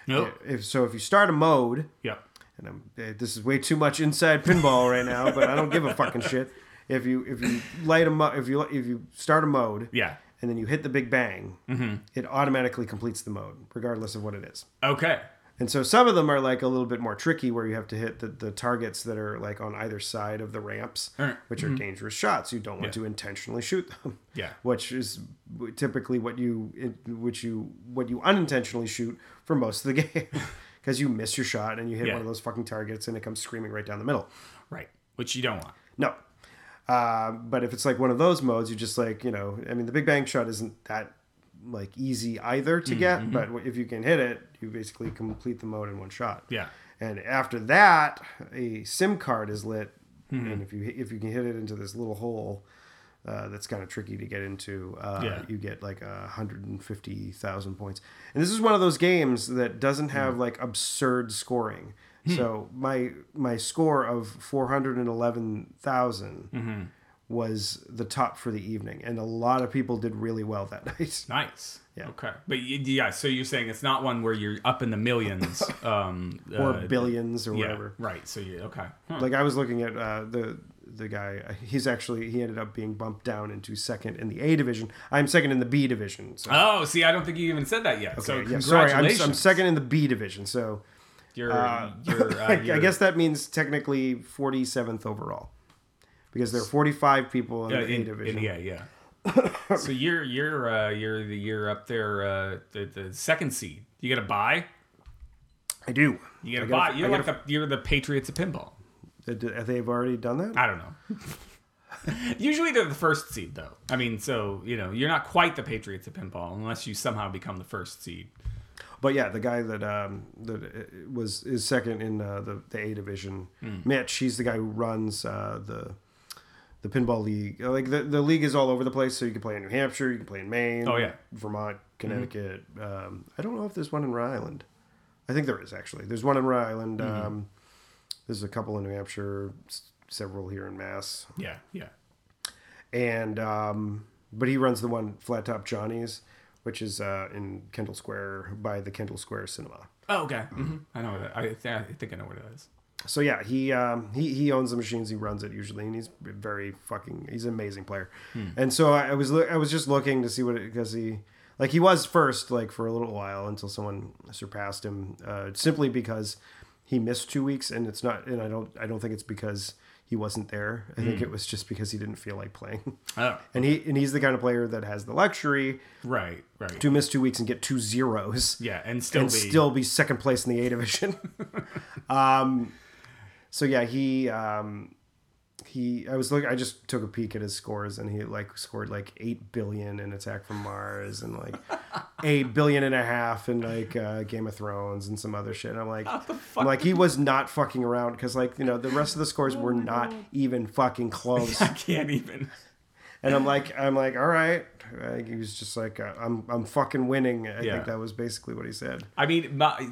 Speaker 1: Nope.
Speaker 2: if so if you start a mode
Speaker 1: Yep.
Speaker 2: and I'm, eh, this is way too much inside pinball right now, but I don't give a fucking shit. If you if you light a mo- if you if you start a mode,
Speaker 1: Yeah.
Speaker 2: and then you hit the big bang, it automatically completes the mode regardless of what it is.
Speaker 1: Okay.
Speaker 2: And so some of them are like a little bit more tricky, where you have to hit the, the targets that are like on either side of the ramps,
Speaker 1: Alright. mm-hmm.
Speaker 2: which are dangerous shots. You don't want to intentionally shoot them.
Speaker 1: Yeah.
Speaker 2: which is typically what you it- which you what you unintentionally shoot for most of the game, because you miss your shot and you hit
Speaker 1: Yeah.
Speaker 2: one of those fucking targets and it comes screaming right down the middle.
Speaker 1: Right. Which you don't want.
Speaker 2: No. Uh, but if it's like one of those modes, you just like, you know, I mean, the big bang shot isn't that like easy either to
Speaker 1: Mm-hmm.
Speaker 2: get, but if you can hit it, you basically complete the mode in one shot.
Speaker 1: Yeah.
Speaker 2: And after that, a SIM card is lit,
Speaker 1: Hmm.
Speaker 2: and if you if you can hit it into this little hole, uh, that's kind of tricky to get into. Uh,
Speaker 1: Yeah.
Speaker 2: You get like a hundred and fifty thousand points, and this is one of those games that
Speaker 1: Hmm.
Speaker 2: doesn't have like absurd scoring. So my my score of four
Speaker 1: Mm-hmm.
Speaker 2: was the top for the evening, and a lot of people did really well that night.
Speaker 1: Nice.
Speaker 2: Yeah.
Speaker 1: Okay. But y- yeah, so you're saying it's not one where you're up in the millions. Um,
Speaker 2: Or
Speaker 1: uh,
Speaker 2: billions or
Speaker 1: yeah,
Speaker 2: whatever.
Speaker 1: Right. So you okay. hmm. Huh.
Speaker 2: Like I was looking at uh, the the guy. uh, He's actually he ended up being bumped down into second in the A division. I'm second in the B division. So,
Speaker 1: Oh, see, I don't think you even said that yet. so
Speaker 2: yeah,
Speaker 1: congratulations.
Speaker 2: sorry, I'm, I'm second in the B division. So
Speaker 1: You're, you're, uh,
Speaker 2: I,
Speaker 1: you're-
Speaker 2: I guess that means technically 47th overall, because there are 45 people in
Speaker 1: uh,
Speaker 2: the A
Speaker 1: in,
Speaker 2: division.
Speaker 1: in- yeah, yeah. so you're you're uh, you're the you're up there uh, the the second seed. You get a buy.
Speaker 2: I do.
Speaker 1: You get a
Speaker 2: I
Speaker 1: buy.
Speaker 2: gotta-
Speaker 1: You're
Speaker 2: I
Speaker 1: like the, you're the Patriots of pinball.
Speaker 2: Uh, did- Have they've already done that?
Speaker 1: I don't know. Usually they're the first seed, though. I mean, so you know, you're not quite the Patriots of pinball unless you somehow become the first seed.
Speaker 2: But yeah, the guy that um, that uh, was is second in uh, the the A division,
Speaker 1: Hmm.
Speaker 2: Mitch. He's the guy who runs uh, the the pinball league. Uh, Like the, the league is all over the place, so you can play in New Hampshire, you can play in Maine,
Speaker 1: Oh, yeah. Mm-hmm.
Speaker 2: Vermont, Connecticut. Um, I don't know if there's one in Rhode Island. I think there is actually. There's one in Rhode Island.
Speaker 1: Mm-hmm.
Speaker 2: Um, there's a couple in New Hampshire, s- several here in Mass,
Speaker 1: Yeah, yeah.
Speaker 2: and um, but he runs the one Flat Top Johnny's, which is uh, in Kendall Square by the Kendall Square Cinema.
Speaker 1: Oh, okay. hmm I know. What that, I, I think I know what it is.
Speaker 2: so yeah, he um, he he owns the machines. He runs it usually, and he's very fucking. He's an amazing player. And so I, I was loo- I was just looking to see what because he like he was first like for a little while until someone surpassed him uh, simply because he missed two weeks, and it's not. And I don't I don't think it's because he wasn't there. I think it was just because he didn't feel like playing.
Speaker 1: Oh,
Speaker 2: And he and he's the kind of player that has the luxury
Speaker 1: right, right.
Speaker 2: to miss two weeks and get two zeros
Speaker 1: yeah, and still
Speaker 2: and
Speaker 1: be
Speaker 2: still be second place in the A division. um, so yeah, he um, he I was look I just took a peek at his scores and he like scored like eight billion in Attack from Mars and like a billion and a half in like uh, Game of Thrones and some other shit. And I'm like, I'm like he was not fucking around because like you know the rest of the scores
Speaker 1: Oh
Speaker 2: were not even fucking close.
Speaker 1: I can't even.
Speaker 2: And I'm like I'm like all right. Uh, He was just like uh, I'm I'm fucking winning. I
Speaker 1: Yeah.
Speaker 2: think that was basically what he said.
Speaker 1: I mean, my,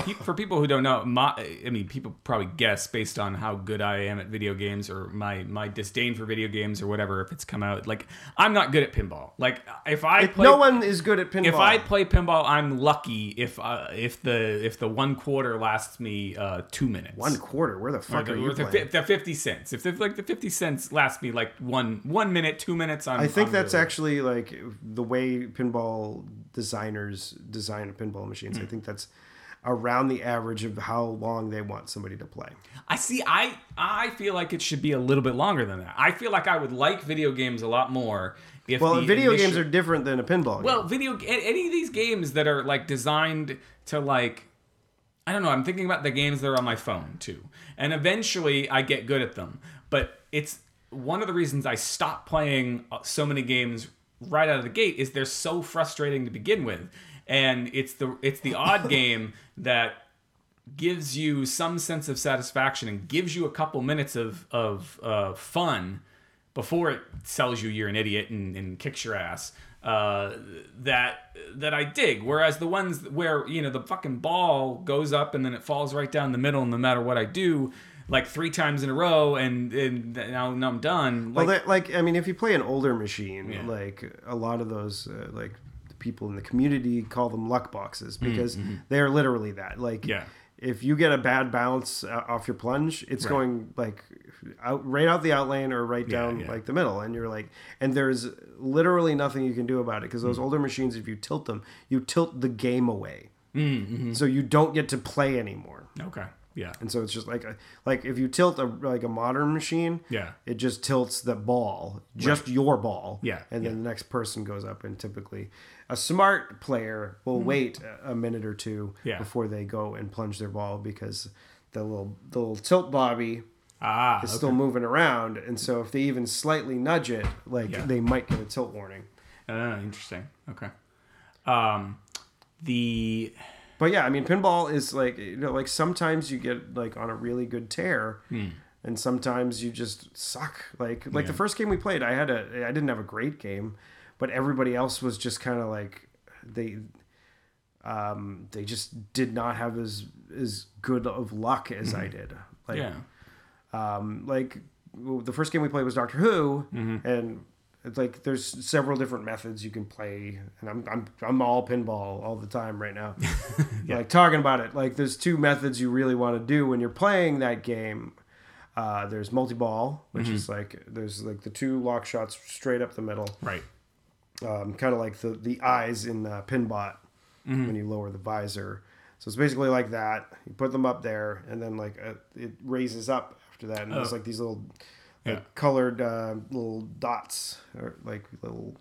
Speaker 1: pe- for people who don't know, my, I mean, people probably guess based on how good I am at video games or my my disdain for video games or whatever. If it's come out, like I'm not good at pinball. Like if I play,
Speaker 2: no one is good at pinball.
Speaker 1: if I play pinball, I'm lucky if uh, if the if the one quarter lasts me uh, two minutes.
Speaker 2: one quarter, where the fuck
Speaker 1: Like,
Speaker 2: are you
Speaker 1: or the,
Speaker 2: playing?
Speaker 1: fi- the fifty cents. If the, like the fifty cents lasts me like one one minute, two minutes, I'm,
Speaker 2: I think
Speaker 1: I'm
Speaker 2: that's
Speaker 1: really-
Speaker 2: actually like the way pinball designers design pinball machines.
Speaker 1: Hmm.
Speaker 2: I think that's around the average of how long they want somebody to play.
Speaker 1: I see. I I feel like it should be a little bit longer than that. I feel like I would like video games a lot more if
Speaker 2: Well,
Speaker 1: the
Speaker 2: video
Speaker 1: initial-
Speaker 2: games are different than a pinball game.
Speaker 1: well video a- any of these games that are like designed to like I don't know. I'm thinking about the games that are on my phone too, and eventually I get good at them. But it's one of the reasons I stopped playing uh, so many games right out of the gate is they're so frustrating to begin with, and it's the it's the odd game that gives you some sense of satisfaction and gives you a couple minutes of of uh, fun before it sells you you're an idiot and, and kicks your ass. Uh, that that I dig. Whereas the ones where you know the fucking ball goes up and then it falls right down the middle, and no matter what I do, like three times in a row, and, and now, now I'm done. Like,
Speaker 2: Well, that, like I mean, if you play an older machine,
Speaker 1: Yeah.
Speaker 2: like a lot of those, uh, like the people in the community call them luck boxes because they are literally that. Like,
Speaker 1: Mm, mm-hmm. Yeah.
Speaker 2: if you get a bad bounce uh, off your plunge, it's going like out right out the outlane or right down
Speaker 1: yeah.
Speaker 2: like the middle, and you're like, and there's literally nothing you can do about it because
Speaker 1: Mm.
Speaker 2: those older machines, if you tilt them, you tilt the game away,
Speaker 1: Mm, mm-hmm.
Speaker 2: so you don't get to play anymore.
Speaker 1: okay, yeah,
Speaker 2: And so it's just like a, like if you tilt a like a modern machine,
Speaker 1: Yeah.
Speaker 2: it just tilts the ball, just your ball,
Speaker 1: Yeah,
Speaker 2: and then the next person goes up. And typically, a smart player will wait a- a minute or two
Speaker 1: Mm-hmm. Yeah.
Speaker 2: before they go and plunge their ball because the little the little tilt bobby
Speaker 1: ah,
Speaker 2: is still moving around, and so if they even slightly nudge it, like
Speaker 1: Yeah.
Speaker 2: they might get a tilt warning.
Speaker 1: uh, interesting. Okay, um, the
Speaker 2: But yeah, I mean, pinball is like you know, like sometimes you get like on a really good tear, and sometimes you just suck. Like like the first game we played, I had a I didn't have a great game, but everybody else was just kind of like they um they just did not have as as good of luck as I did. Like
Speaker 1: yeah,
Speaker 2: um, like w- the first game we played was Doctor Who, and it's like there's several different methods you can play, and I'm I'm I'm all pinball all the time right now, like talking about it. Like there's two methods you really want to do when you're playing that game. Uh, there's multi-ball, which is like there's like the two lock shots straight up the middle,
Speaker 1: right,
Speaker 2: um, kind of like the the eyes in uh, Pinbot when you lower the visor. So it's basically like that. You put them up there, and then like uh, it raises up after that, and there's like these little like,
Speaker 1: Yeah.
Speaker 2: colored uh, little dots or like little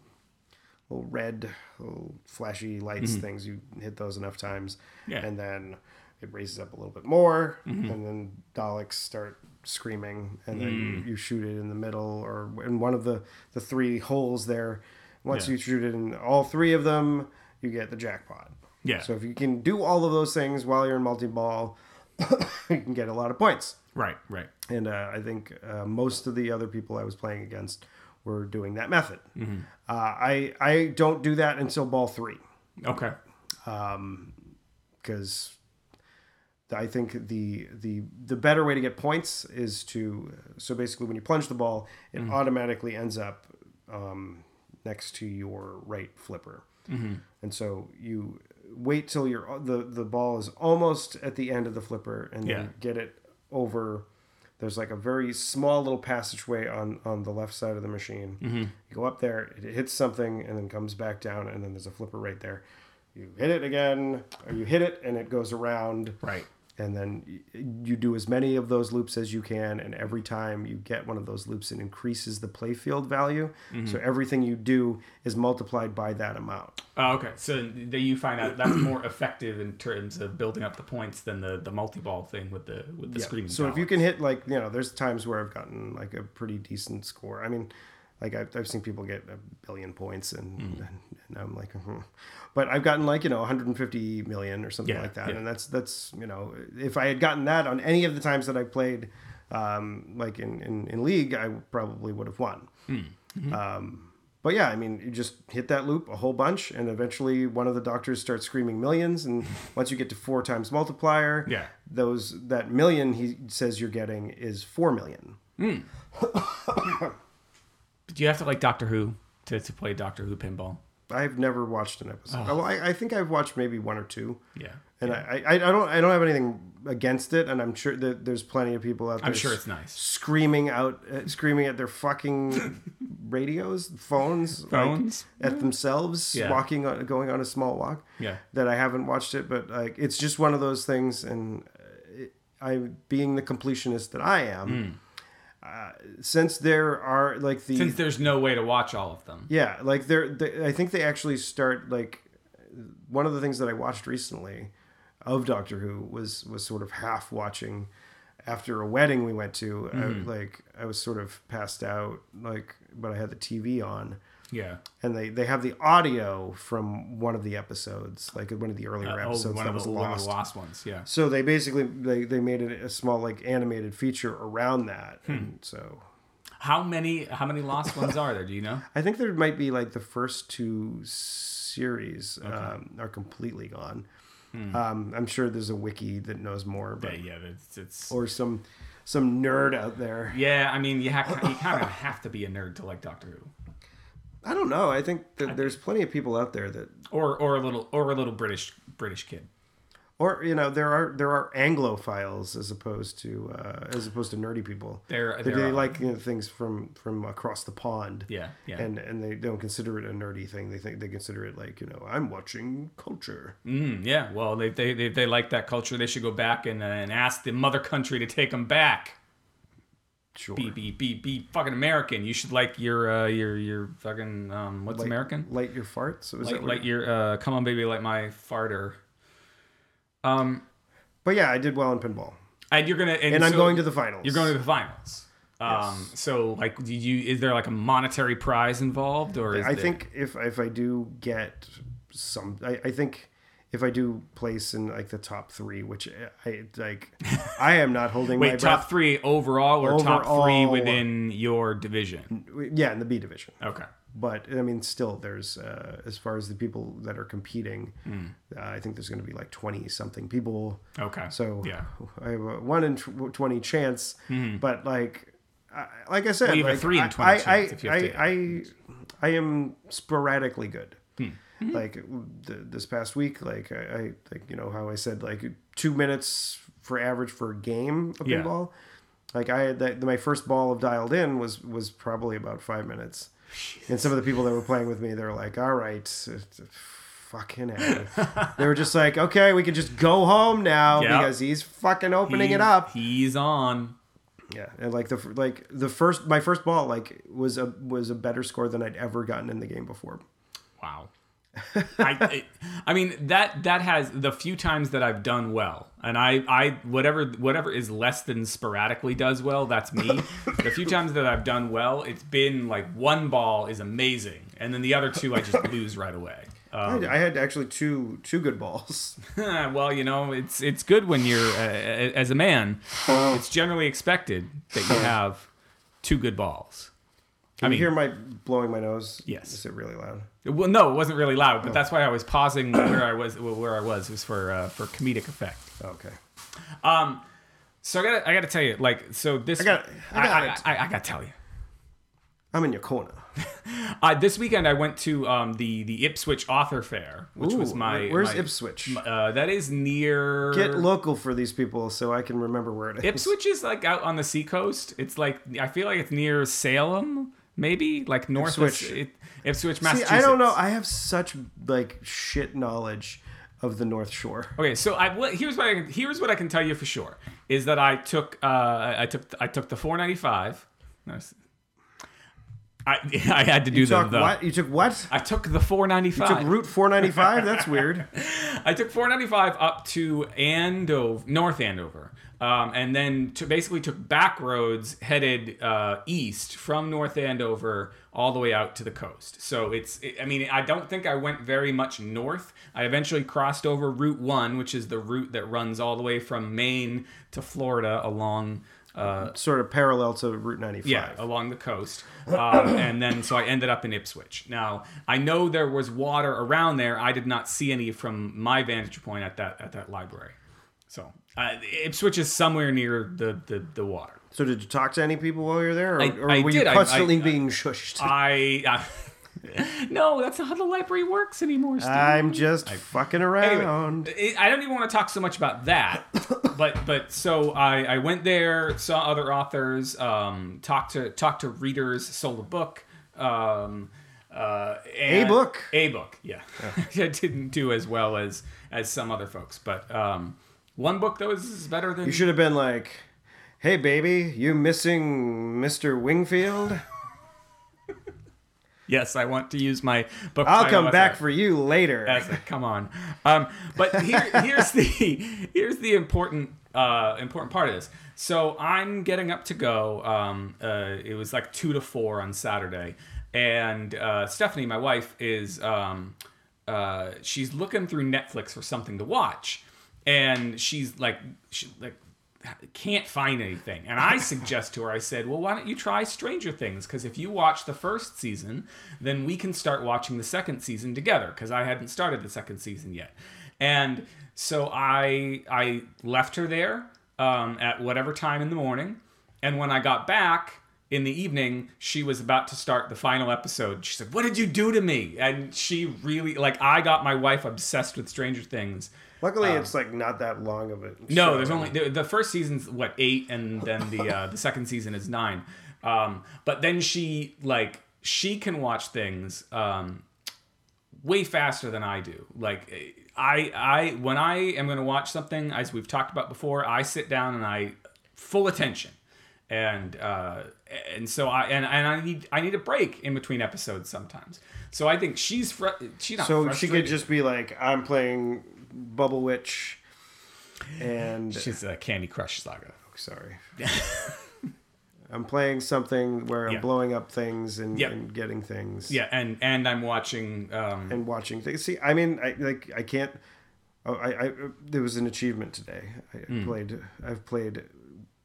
Speaker 2: little red little flashy lights things. You hit those enough times,
Speaker 1: Mm-hmm. Yeah. Mm-hmm.
Speaker 2: and then it raises up a little bit more, and then Daleks start screaming, and then
Speaker 1: Mm.
Speaker 2: you, you shoot it in the middle or in one of the the three holes there. Once
Speaker 1: Yeah.
Speaker 2: you shoot it in all three of them, you get the jackpot.
Speaker 1: Yeah.
Speaker 2: So if you can do all of those things while you're in multi ball, you can get a lot of points.
Speaker 1: right, right.
Speaker 2: And uh, I think uh, most of the other people I was playing against were doing that method. Uh, I I don't do that until ball three
Speaker 1: Okay,
Speaker 2: because I think the the the better way to get points is to so basically when you plunge the ball, it automatically ends up um, next to your right flipper, and so you wait till your the the ball is almost at the end of the flipper, and then
Speaker 1: Yeah.
Speaker 2: get it over. There's like a very small little passageway on on the left side of the machine. You go up there, it hits something, and then comes back down, and then there's a flipper right there. You hit it again, or you hit it, and it goes around
Speaker 1: right.
Speaker 2: and then y- you do as many of those loops as you can and every time you get one of those loops it increases the playfield value
Speaker 1: Mm-hmm.
Speaker 2: so everything you do is multiplied by that amount
Speaker 1: Oh, okay. So that you find out that's more effective in terms of building up the points than the, the multi ball thing with the with the screaming.
Speaker 2: so if you
Speaker 1: column.
Speaker 2: can hit like you know there's times where i've gotten like a pretty decent score i mean like I've, I've seen people get a billion points and, and, and i'm like hmm. but i've gotten like you know 150 million or something
Speaker 1: Yeah,
Speaker 2: like that
Speaker 1: yeah.
Speaker 2: and that's that's you know if i had gotten that on any of the times that i played um, like in, in, in league i probably would have won But yeah, I mean, you just hit that loop a whole bunch, and eventually one of the doctors starts screaming millions. And once you get to four times multiplier,
Speaker 1: Yeah.
Speaker 2: those that million he says you're getting is four million.
Speaker 1: do you have to like Doctor Who to, to play Doctor Who pinball?
Speaker 2: I've never watched an episode. Well, I, I think I've watched maybe one or two,
Speaker 1: Oh. Yeah.
Speaker 2: and I, I, I don't I don't have anything against it, and I'm sure that there's plenty of people out there.
Speaker 1: I'm sure
Speaker 2: s-
Speaker 1: it's nice.
Speaker 2: screaming out, uh, screaming at their fucking radios, phones, like,
Speaker 1: Phones?
Speaker 2: at themselves,
Speaker 1: Yeah.
Speaker 2: walking on, going on a small walk.
Speaker 1: Yeah.
Speaker 2: that I haven't watched it, but like it's just one of those things, and uh, it, I, being the completionist that I am, uh, since there are like the
Speaker 1: Since there's no way to watch all of them.
Speaker 2: yeah, like they're, they, I think they actually start like one of the things that I watched recently of Doctor Who was was sort of half watching after a wedding we went to. I, like I was sort of passed out, like but I had the TV on,
Speaker 1: Yeah.
Speaker 2: and they they have the audio from one of the episodes, like one of the earlier
Speaker 1: oh,
Speaker 2: episodes
Speaker 1: one
Speaker 2: that
Speaker 1: of,
Speaker 2: was
Speaker 1: the, one of
Speaker 2: lost.
Speaker 1: the lost ones. Yeah.
Speaker 2: So they basically they they made it a small like animated feature around that,
Speaker 1: Hmm.
Speaker 2: and so
Speaker 1: How many how many lost ones are there? Do you know?
Speaker 2: I think there might be like the first two series um, are completely gone. Um, I'm sure there's a wiki that knows more, but
Speaker 1: Hmm. yeah. It's, it's
Speaker 2: or some some nerd out there.
Speaker 1: yeah. I mean, you, ha- you kind of have to be a nerd to like Doctor Who,
Speaker 2: I don't know. I think that there's plenty of people out there that,
Speaker 1: or or a little or a little British British kid.
Speaker 2: or you know, there are there are Anglophiles as opposed to uh, as opposed to nerdy people.
Speaker 1: There,
Speaker 2: They,
Speaker 1: there
Speaker 2: they
Speaker 1: are-
Speaker 2: like you know, things from from across the pond.
Speaker 1: Yeah, yeah.
Speaker 2: And and they don't consider it a nerdy thing. They think they consider it like you know I'm watching culture.
Speaker 1: Mm, yeah, well, they, they, they, they like that culture. They should go back and, uh, and ask the mother country to take them back.
Speaker 2: Sure.
Speaker 1: Be, be, be, be fucking American. You should like your, uh, your, your fucking, um, what's
Speaker 2: Light-
Speaker 1: American?
Speaker 2: Light your farts. Was
Speaker 1: Like,
Speaker 2: that what-
Speaker 1: like your, uh, come on, baby, like my farter. Um,
Speaker 2: But yeah, I did well in pinball,
Speaker 1: and you're gonna, and,
Speaker 2: and I'm
Speaker 1: so
Speaker 2: going to the finals.
Speaker 1: you're going to the finals. Um, so like, did you, is there like a monetary prize involved or is
Speaker 2: I
Speaker 1: there-
Speaker 2: think if if I do get some, I, I think if I do place in like the top three, which uh, I, I like, I am not holding my
Speaker 1: wait, top
Speaker 2: breath.
Speaker 1: three overall or top three
Speaker 2: Overall.
Speaker 1: within your division?
Speaker 2: Yeah, in the B division.
Speaker 1: Okay.
Speaker 2: But I mean, still, there's uh, as far as the people that are competing,
Speaker 1: Hmm.
Speaker 2: uh, I think there's going to be like twenty something people.
Speaker 1: Okay.
Speaker 2: So
Speaker 1: yeah. Hmm.
Speaker 2: I have a one in tw- twenty chance, but like, I, like I said,
Speaker 1: you have a
Speaker 2: like,
Speaker 1: three in
Speaker 2: I-
Speaker 1: 20
Speaker 2: I,
Speaker 1: chance if you
Speaker 2: I,
Speaker 1: have to-
Speaker 2: I, I, I am sporadically good.
Speaker 1: Hmm.
Speaker 2: Like th- this past week, like I, I, like you know how I said like two minutes for average for a game of
Speaker 1: Yeah.
Speaker 2: pinball. Like I had that my first ball of dialed in was was probably about five minutes, and some of the people that were playing with me, they were like, "All right." it's- Fucking A. they were just like, okay, we can just go home now
Speaker 1: Yeah.
Speaker 2: because he's fucking opening it
Speaker 1: He's-
Speaker 2: up.
Speaker 1: He's on.
Speaker 2: Yeah, and like the f- like the first my first ball like was a was a better score than I'd ever gotten in the game before.
Speaker 1: Wow. I, I mean that that has the few times that I've done well, and I I whatever whatever is less than sporadically does well. That's me. the few times that I've done well, it's been like one ball is amazing, and then the other two I just lose right away. Uh,
Speaker 2: I, I had actually two two good balls.
Speaker 1: well, you know, it's it's good when you're uh, as a man. It's generally expected that you have two good balls.
Speaker 2: Can
Speaker 1: mean-
Speaker 2: you hear my blowing my nose?
Speaker 1: Yes.
Speaker 2: is it really loud?
Speaker 1: Well, no, it wasn't really loud, but that's why I was pausing where I was. well, Where I was it was for uh, for comedic effect.
Speaker 2: Okay.
Speaker 1: So I gotta I gotta tell you, like, so this I
Speaker 2: got- I got
Speaker 1: I,
Speaker 2: it.
Speaker 1: I, I gotta tell you.
Speaker 2: I'm in your corner.
Speaker 1: Uh, this weekend I went to um, the the Ipswich Author Fair, which was
Speaker 2: Ooh,
Speaker 1: my
Speaker 2: where- where's
Speaker 1: my-
Speaker 2: Ipswich?
Speaker 1: Uh, that is near
Speaker 2: Get local for these people so I can remember where it is.
Speaker 1: Ipswich is like out on the seacoast. It's like I feel like it's near Salem, maybe like north
Speaker 2: Ipswich.
Speaker 1: Of, it, Ipswich,
Speaker 2: See,
Speaker 1: Massachusetts.
Speaker 2: I don't know. I have such like shit knowledge of the North Shore.
Speaker 1: Okay, so I what- here's what I can, here's what I can tell you for sure is that I took uh, I I took I took the 495. No, it's- I I had to do the,
Speaker 2: Talk
Speaker 1: the
Speaker 2: what? You took what?
Speaker 1: I took the
Speaker 2: You took
Speaker 1: 495.
Speaker 2: Route 495? That's weird.
Speaker 1: I took 495 up to Andover, North Andover, um, and then to basically took back roads headed uh, east from North Andover all the way out to the coast. So it's, it, I mean, I don't think I went very much north. I eventually crossed over Route 1, which is the route that runs all the way from Maine to Florida along. Uh,
Speaker 2: sort of parallel to Route 95.
Speaker 1: yeah, along the coast. Um, and then, so I ended up in Ipswich. Now, I know there was water around there. I did not see any from my vantage point at that at that library. So uh, Ipswich is somewhere near the the, the water.
Speaker 2: So did you talk to any people while you were there, or, or
Speaker 1: I
Speaker 2: were
Speaker 1: did.
Speaker 2: you
Speaker 1: I-
Speaker 2: constantly
Speaker 1: I-
Speaker 2: being shushed?
Speaker 1: I. Uh, no, that's not how the library works anymore. Steve.
Speaker 2: I, am just fucking around.
Speaker 1: Anyway, I I don't even want to talk so much about that, but but so I, I went there, saw other authors, um, talked to talked to readers, sold a book, um, uh, and-
Speaker 2: A book?
Speaker 1: a book, yeah. I didn't do as well as as some other folks, but um, one book though is- is better than
Speaker 2: you should have been like, "Hey, baby, you missing Mr. Wingfield?
Speaker 1: yes. I want to use my book.
Speaker 2: I'll
Speaker 1: title
Speaker 2: come
Speaker 1: as
Speaker 2: back
Speaker 1: a-
Speaker 2: for you later."
Speaker 1: That's it. Come on. Um, but here, here's the here's the important uh, important part of this. So I'm getting up to go. Um, uh, it was like two to four on Saturday, and uh, Stephanie, my wife, is um, uh, she's looking through Netflix for something to watch, and she's like, she, like can't find anything. And I suggest to her, I said, well, why don't you try Stranger Things? Because if you watch the first season, then we can start watching the second season together. Because I hadn't started the second season yet. And so I I left her there um, at whatever time in the morning. And when I got back in the evening, she was about to start the final episode. She said, "What did you do to me?" And she really like I got my wife obsessed with Stranger Things.
Speaker 2: Luckily, it's like not that long of it.
Speaker 1: um, No, there's only the, the first season's what eight, and then the uh, the second season is nine. Um, but then she like she can watch things um, way faster than I do. Like I I when I am going to watch something, as we've talked about before, I sit down and I full attention, and uh, and so I and, and I need I need a break in between episodes sometimes. So I think she's fr- she's not
Speaker 2: so she
Speaker 1: frustrated.
Speaker 2: could just be like, "I'm playing Bubble Witch," and
Speaker 1: she's a Candy Crush saga.
Speaker 2: sorry. I'm playing something where I'm
Speaker 1: Yeah.
Speaker 2: blowing up things and,
Speaker 1: Yep.
Speaker 2: and getting things.
Speaker 1: Yeah, and and I'm watching. Um,
Speaker 2: and watching things. See, I mean, I like I can't. Oh, I, I there was an achievement today. I
Speaker 1: Hmm.
Speaker 2: played. I've played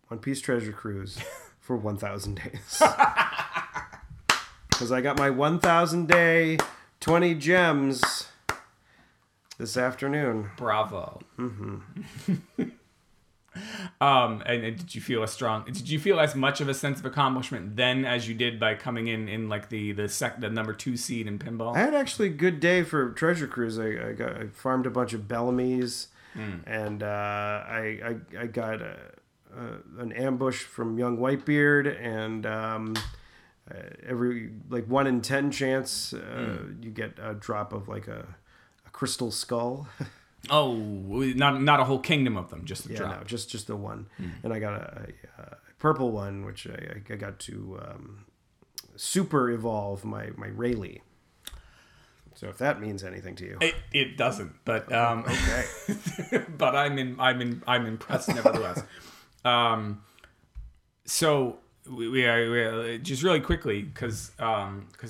Speaker 2: One Piece Treasure Cruise for one thousand days because I got my one thousand day twenty gems this afternoon.
Speaker 1: Bravo. Mm-hmm. um, and, and did you feel as strong? Did you feel as much of a sense of accomplishment then as you did by coming in in like the the sec the number two seed in pinball?
Speaker 2: I had actually a good day for Treasure Cruise. I, I got I farmed a bunch of Bellamy's, and uh, I, I I got a, a, an ambush from Young Whitebeard, and um, uh, every like one in ten chance uh, you get a drop of like a, a crystal skull.
Speaker 1: oh, not not a whole kingdom of them, just a
Speaker 2: yeah,
Speaker 1: drop.
Speaker 2: no, just just the one, and I got a, a, uh purple one, which I, I got to um, super evolve my my Rayleigh. So if that means anything to you.
Speaker 1: It, it doesn't, but um,
Speaker 2: Okay.
Speaker 1: but I'm in, I'm in, I'm impressed nevertheless. um, so we, we, are, we are just really quickly because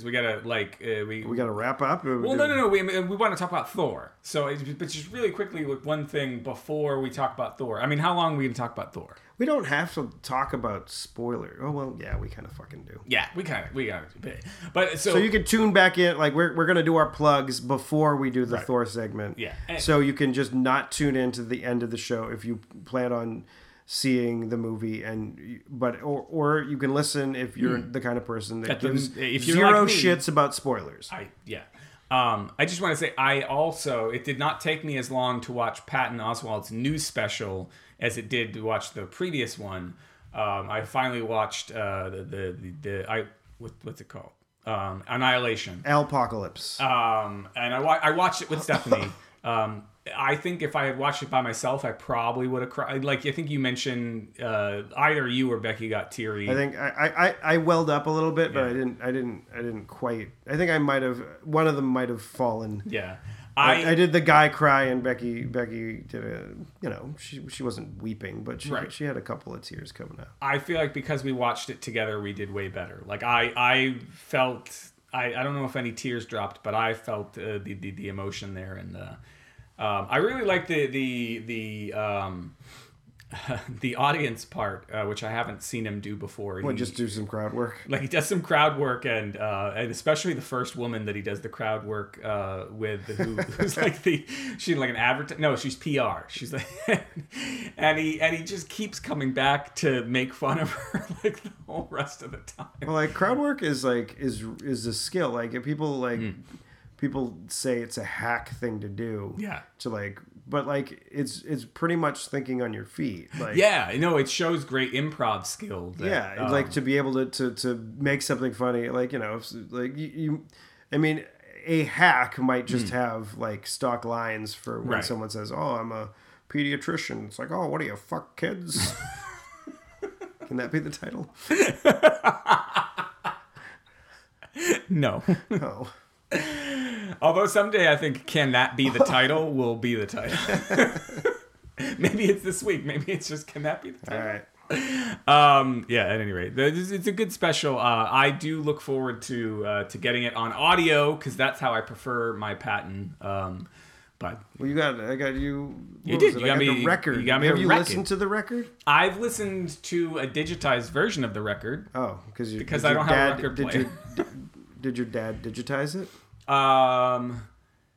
Speaker 1: we gotta like uh, we
Speaker 2: We got to wrap up.
Speaker 1: Well, no, no, no. We, we want to talk about Thor. So, it's- but just really quickly, with one thing before we talk about Thor. I mean, how long are we gonna talk about Thor?
Speaker 2: We don't have to talk about spoiler. Oh well, yeah, we kind of fucking do.
Speaker 1: Yeah, we kind of we got it. But so,
Speaker 2: So you can tune back in. Like we're, we're gonna do our plugs before we do the Thor segment.
Speaker 1: Yeah. And-
Speaker 2: so you can just not tune in to the end of the show if you plan on seeing the movie and you- but or or you can listen if you're the kind of person that
Speaker 1: Hmm. the-
Speaker 2: gives
Speaker 1: if you're
Speaker 2: zero
Speaker 1: like me-
Speaker 2: shits about spoilers.
Speaker 1: I yeah. Um, I just want to say I also it did not take me as long to watch Patton Oswald's new special as it did to watch the previous one. Um, I finally watched uh, the, the the the I what, what's it called um, Annihilation.
Speaker 2: Alpocalypse.
Speaker 1: Um, and I, wa- I watched it with Stephanie. Um, I think if I had watched it by myself, I probably would have cried. Like I think you mentioned, uh, either you or Becky got teary.
Speaker 2: I think I, I, I welled up a little bit, but I didn't I didn't I didn't quite. I think I might have one of them might have fallen.
Speaker 1: yeah,
Speaker 2: I, I did the guy cry and Becky Becky did a you know she she wasn't weeping but she
Speaker 1: Right.
Speaker 2: she had a couple of tears coming out.
Speaker 1: I feel like because we watched it together, we did way better. Like I, I felt I, I don't know if any tears dropped, but I felt uh, the, the the emotion there, and uh, um, I really like the the the um, the audience part, uh, which I haven't seen him do before.
Speaker 2: Well,
Speaker 1: He-
Speaker 2: just do some crowd work.
Speaker 1: like he does some crowd work and uh, and especially the first woman that he does the crowd work uh, with who, who's like the she's like an advert no she's PR she's like and he and he just keeps coming back to make fun of her like the whole rest of the time
Speaker 2: Well, like crowd work is like is is a skill. Like if people like
Speaker 1: Hmm.
Speaker 2: people say it's a hack thing to do.
Speaker 1: Yeah.
Speaker 2: To like, but like it's it's pretty much thinking on your feet. Like
Speaker 1: yeah no it shows great improv skill that,
Speaker 2: yeah,
Speaker 1: um,
Speaker 2: like to be able to, to to make something funny. Like you know, if, like you, you, I mean, a hack might just have like stock lines for when
Speaker 1: Hmm. Right.
Speaker 2: someone says, "Oh, I'm a pediatrician." It's like, "Oh, what do you fuck kids?" Can that be the title?
Speaker 1: no
Speaker 2: No.
Speaker 1: although someday I think can that be the title will be the title maybe it's this week maybe it's just can that be the title
Speaker 2: All right.
Speaker 1: um yeah at any rate th- it's, it's a good special uh i do look forward to uh to getting it on audio because that's how i prefer my pattern um but
Speaker 2: Well, you got I got you. what
Speaker 1: You
Speaker 2: was
Speaker 1: did.
Speaker 2: it?
Speaker 1: You
Speaker 2: I
Speaker 1: got
Speaker 2: got
Speaker 1: me-
Speaker 2: the record.
Speaker 1: you got me
Speaker 2: Have
Speaker 1: a
Speaker 2: you
Speaker 1: record.
Speaker 2: listened to the record?
Speaker 1: i've listened to a digitized version of the record
Speaker 2: Oh, because you
Speaker 1: Because
Speaker 2: did
Speaker 1: I
Speaker 2: your
Speaker 1: don't have a
Speaker 2: dad-
Speaker 1: record
Speaker 2: did
Speaker 1: player.
Speaker 2: Your, did your dad digitize it?
Speaker 1: um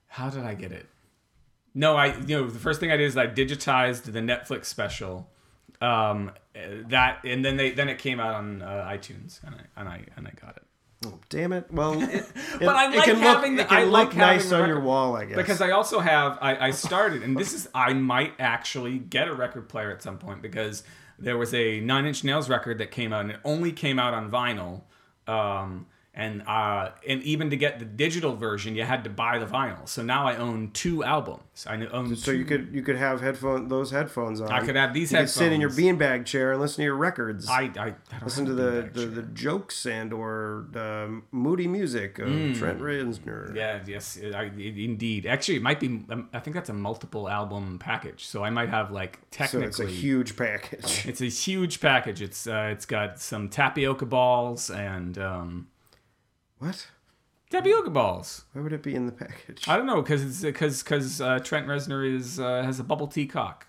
Speaker 1: how did i get it no i you know the first thing i did is i digitized the netflix special um uh, that and then they then it came out on uh, itunes and i and i and i got it
Speaker 2: Oh, damn it! Well, it,
Speaker 1: But I like having the-
Speaker 2: it can
Speaker 1: I like
Speaker 2: look
Speaker 1: having
Speaker 2: nice
Speaker 1: the
Speaker 2: on your
Speaker 1: record.
Speaker 2: wall, I guess.
Speaker 1: because I also have I, I started and this is I might actually get a record player at some point because there was a Nine Inch Nails record that came out and it only came out on vinyl, um, and uh, and even to get the digital version you had to buy the vinyl. So now I own two albums. I own
Speaker 2: so you could you could have headphone those headphones on.
Speaker 1: I could have these
Speaker 2: you could sit in your
Speaker 1: headphones.
Speaker 2: beanbag chair and listen to your records.
Speaker 1: I, I, I don't
Speaker 2: listen to
Speaker 1: have a
Speaker 2: the
Speaker 1: beanbag
Speaker 2: the,
Speaker 1: chair.
Speaker 2: the jokes and or the moody music of Trent Reznor.
Speaker 1: Hmm. Yeah, yes, I, I- indeed. Actually, it might be. um, I think that's a multiple album package, so I might have like
Speaker 2: so
Speaker 1: technically
Speaker 2: it's a huge package.
Speaker 1: It's a huge package. It's uh, it's got some tapioca balls and um,
Speaker 2: what?
Speaker 1: tapioca balls.
Speaker 2: Why would it be in the package?
Speaker 1: I don't know because because because uh, Trent Reznor is uh, has a bubble tea cock.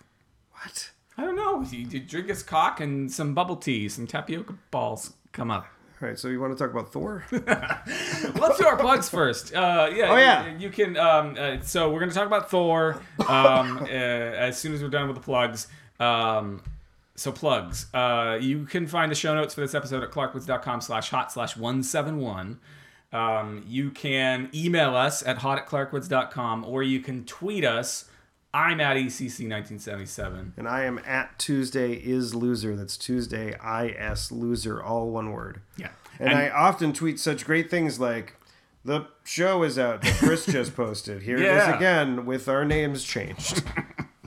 Speaker 2: what?
Speaker 1: I don't know. You, you drink his cock and some bubble tea, some tapioca balls come up.
Speaker 2: All right, so you want to talk about Thor?
Speaker 1: Let's do our plugs first. Uh, yeah. Oh
Speaker 2: yeah.
Speaker 1: You, you can. Um, uh, so we're gonna talk about Thor um, uh, as soon as we're done with the plugs. Um, so plugs. Uh, you can find the show notes for this episode at clarkwoods.com slash hot slash one seven one. Um, you can email us at hot at clarkwoods.com or you can tweet us. I'm at E ECC1977.
Speaker 2: and I am at Tuesday is loser. That's Tuesday I S loser, all one word.
Speaker 1: Yeah.
Speaker 2: And, I often tweet such great things like, the show is out that Chris just posted. Here it
Speaker 1: Yeah.
Speaker 2: is again with our names changed.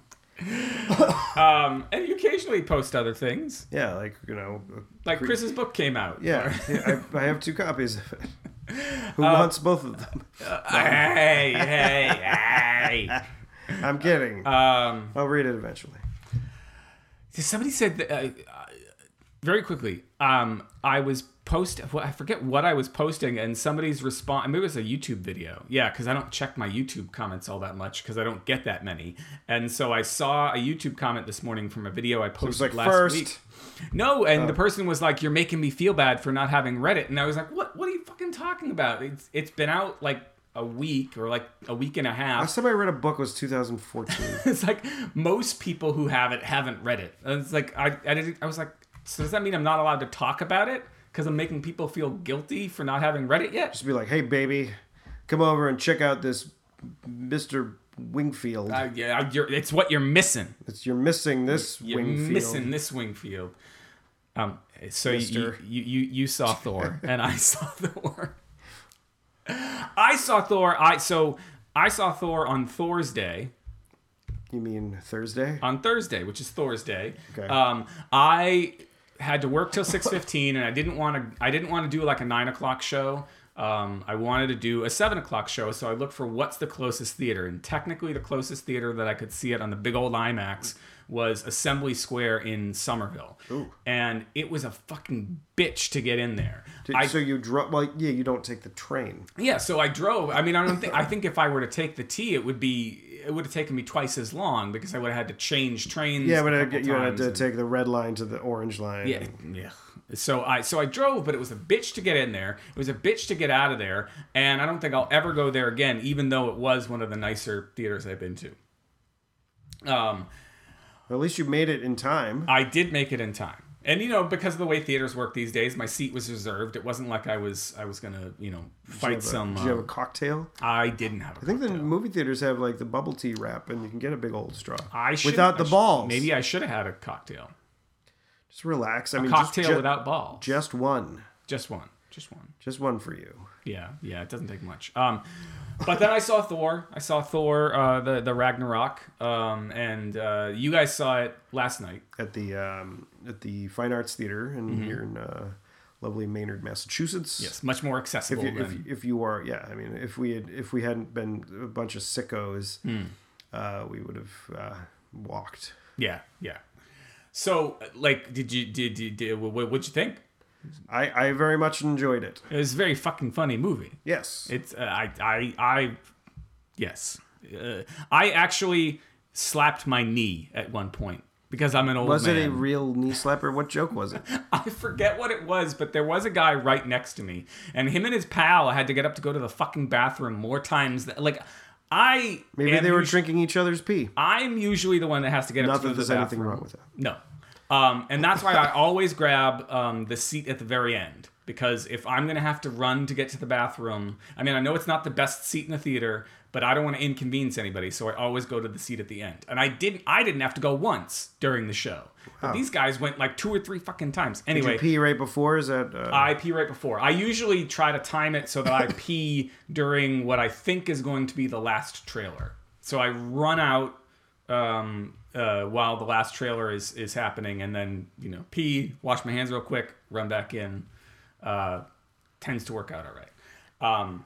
Speaker 1: um, and you occasionally post other things.
Speaker 2: yeah, like, you know, uh,
Speaker 1: Like Chris's book came out.
Speaker 2: yeah, I, I have two copies of it. Who
Speaker 1: Uh,
Speaker 2: wants both of them?
Speaker 1: Hey, hey, hey.
Speaker 2: I'm kidding.
Speaker 1: Um,
Speaker 2: I'll read it eventually.
Speaker 1: Somebody said that, uh, uh, very quickly. Um, I was post. well, I forget what I was posting, and somebody's response. Maybe it was a YouTube video. Yeah, because I don't check my YouTube comments all that much because I don't get that many. And so I saw a YouTube comment this morning from a video I posted
Speaker 2: It's like
Speaker 1: last
Speaker 2: first. Oh.
Speaker 1: week. No, and the person was like, "You're making me feel bad for not having read it," and I was like, "What? What are you fucking talking about? It's it's been out like a week or like a week and a half."
Speaker 2: Last time I read a book was 2014.
Speaker 1: it's like most people who have it haven't read it. And it's like I, I, didn't, I was like, so does that mean I'm not allowed to talk about it because I'm making people feel guilty for not having read it yet?
Speaker 2: Just be like, hey, baby, come over and check out this Mr. Wingfield.
Speaker 1: Uh, yeah, you're, it's what you're missing.
Speaker 2: it's, you're missing this
Speaker 1: You're
Speaker 2: Wingfield.
Speaker 1: missing this Wingfield. Um, so you,
Speaker 2: Mister.
Speaker 1: you you you saw Thor and I saw Thor. I saw Thor. I so I saw Thor on Thor's Day,
Speaker 2: You mean Thursday?
Speaker 1: on Thursday, which is Thor's Day.
Speaker 2: Okay.
Speaker 1: Um, I had to work till six fifteen, and I didn't want to. I didn't want to do like a nine o'clock show. Um, I wanted to do a seven o'clock show, so I looked for what's the closest theater, and technically the closest theater that I could see it on the big old IMAX was Assembly Square in Somerville, and it was a fucking bitch to get in there.
Speaker 2: Did-
Speaker 1: I
Speaker 2: so you drove? Well, yeah, you don't take the train.
Speaker 1: yeah, so I drove. I mean, I don't think I think if I were to take the T, it would be it would have taken me twice as long because I would have had to change trains.
Speaker 2: Yeah,
Speaker 1: a
Speaker 2: but I
Speaker 1: couple
Speaker 2: get you had
Speaker 1: times
Speaker 2: to
Speaker 1: and-
Speaker 2: take the red line to the orange line.
Speaker 1: yeah, yeah. So I so I drove, but it was a bitch to get in there. It was a bitch to get out of there, and I don't think I'll ever go there again. Even though it was one of the nicer theaters I've been to. Um,
Speaker 2: Well, at least you made it in time.
Speaker 1: I did make it in time. And you know, because of the way theaters work these days, my seat was reserved. It wasn't like I was I was gonna you know
Speaker 2: Did you
Speaker 1: fight
Speaker 2: have a-
Speaker 1: some.
Speaker 2: Did you have a
Speaker 1: uh,
Speaker 2: cocktail?
Speaker 1: I didn't have. a
Speaker 2: I think the movie theaters have like the bubble tea wrap, and you can get a big old straw.
Speaker 1: I should,
Speaker 2: without
Speaker 1: I
Speaker 2: the
Speaker 1: should-
Speaker 2: balls.
Speaker 1: Maybe I should have had a cocktail.
Speaker 2: just relax. I mean, just-
Speaker 1: Cocktail
Speaker 2: ju-
Speaker 1: without ball.
Speaker 2: just one,
Speaker 1: Just one. Just one.
Speaker 2: just one for you.
Speaker 1: Yeah, yeah, it doesn't take much. Um, but then I saw Thor. I saw Thor, uh, the the Ragnarok, um, and uh, you guys saw it last night.
Speaker 2: at the um, at the Fine Arts Theater in here in uh, lovely Maynard, Massachusetts.
Speaker 1: It's much more accessible
Speaker 2: If you,
Speaker 1: than
Speaker 2: if, if you are, yeah, I mean, if we had if we hadn't been a bunch of sickos,
Speaker 1: Hmm.
Speaker 2: uh, we would have uh, walked.
Speaker 1: yeah, yeah. So, like, did you did you did what would you think?
Speaker 2: I, I very much enjoyed it.
Speaker 1: It was a very fucking funny movie.
Speaker 2: Yes,
Speaker 1: It's uh, I I I yes. Uh, I actually slapped my knee at one point because I'm an old
Speaker 2: was
Speaker 1: man.
Speaker 2: it a real knee slapper? What joke was it?
Speaker 1: I forget what it was, but there was a guy right next to me, and him and his pal had to get up to go to the fucking bathroom more times. Than, like, I
Speaker 2: Maybe
Speaker 1: am
Speaker 2: they were
Speaker 1: usu-
Speaker 2: drinking each other's pee.
Speaker 1: I'm usually the one that has to get up
Speaker 2: Not
Speaker 1: to go
Speaker 2: that
Speaker 1: to the
Speaker 2: there's
Speaker 1: bathroom.
Speaker 2: anything wrong with that.
Speaker 1: No, um, and that's why I always grab um, the seat at the very end because if I'm gonna have to run to get to the bathroom, I mean, I know it's not the best seat in the theater, but I don't want to inconvenience anybody, so I always go to the seat at the end. And I didn't, I didn't have to go once during the show. But these guys went like two or three fucking times. Anyway,
Speaker 2: Did you pee right before? Is that uh,
Speaker 1: I pee right before. I usually try to time it so that I pee during what I think is going to be the last trailer. So I run out um, uh, while the last trailer is is happening, and then you know pee, wash my hands real quick, run back in. Uh, tends to work out all right. Um,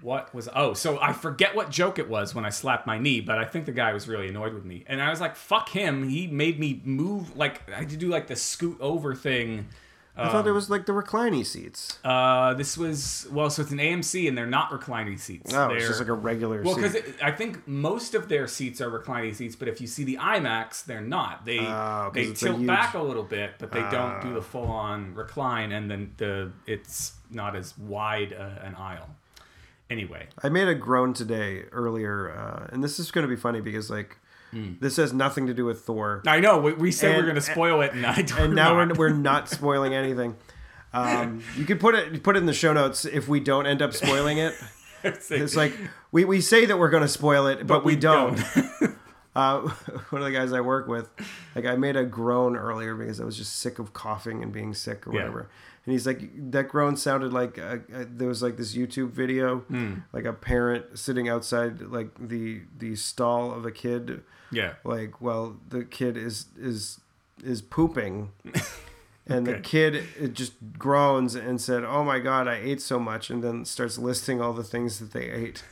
Speaker 1: what was oh so I forget what joke it was when I slapped my knee, but I think the guy was really annoyed with me, and I was like, "Fuck him!" He made me move like I had to do like the scoot over thing.
Speaker 2: I thought
Speaker 1: um,
Speaker 2: it was like the reclining seats.
Speaker 1: Uh, this was well, so it's an AMC, and they're not reclining seats.
Speaker 2: No,
Speaker 1: they're,
Speaker 2: Oh, it's just like a regular
Speaker 1: well,
Speaker 2: seat.
Speaker 1: because I think most of their seats are reclining seats, but if you see the IMAX, they're not. They
Speaker 2: Oh, 'cause
Speaker 1: they
Speaker 2: it's a
Speaker 1: tilt
Speaker 2: huge- Ah.
Speaker 1: back a little bit, but they don't do the full on recline, and then the it's not as wide uh, an aisle. Anyway,
Speaker 2: I made a groan today earlier, uh, and this is going to be funny because like
Speaker 1: Hmm.
Speaker 2: this has nothing to do with Thor,
Speaker 1: I know we, we said we
Speaker 2: And-
Speaker 1: we're going to spoil it, and I don't.
Speaker 2: and now we're, we're not spoiling anything. Um, you could put it put it in the show notes if we don't end up spoiling it. It's like we, we say that we're going to spoil it, but, we, don't. Uh, one of the guys I work with, like I made a groan earlier because I was just sick of coughing and being sick or
Speaker 1: Yeah.
Speaker 2: whatever. And he's like, that groan sounded like uh, uh, there was like this YouTube video, like a parent sitting outside like the the stall of a kid,
Speaker 1: yeah.
Speaker 2: like well the kid is is is pooping, and the
Speaker 1: Okay.
Speaker 2: kid it just groans and said, "Oh my god, I ate so much," and then starts listing all the things that they ate.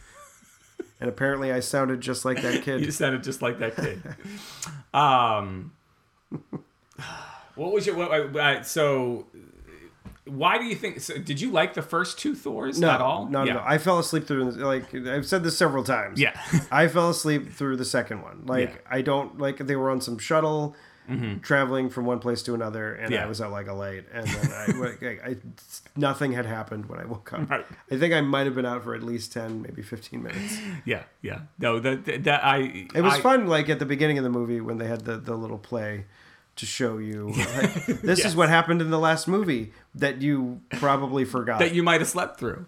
Speaker 2: And apparently, I sounded just like that kid.
Speaker 1: You sounded just like that kid. um, what was your what, uh, so? Why do you think? So did you like the first two Thors
Speaker 2: No,
Speaker 1: at all?
Speaker 2: Not
Speaker 1: yeah.
Speaker 2: at all. I fell asleep through like I've said this several times.
Speaker 1: Yeah.
Speaker 2: I fell asleep through the second one. Like
Speaker 1: Yeah. Mm-hmm.
Speaker 2: I don't like they were on some shuttle traveling from one place to another, and
Speaker 1: Yeah.
Speaker 2: I was out like a light, and then I, like, I, I- nothing had happened when I woke up.
Speaker 1: Right.
Speaker 2: I think I might have been out for at least ten, maybe fifteen minutes.
Speaker 1: yeah, yeah. No, that that, that I.
Speaker 2: It was
Speaker 1: I,
Speaker 2: fun, like at the beginning of the movie when they had the, the little play to show you like, this is what happened in the last movie that you probably forgot.
Speaker 1: that you might have slept through.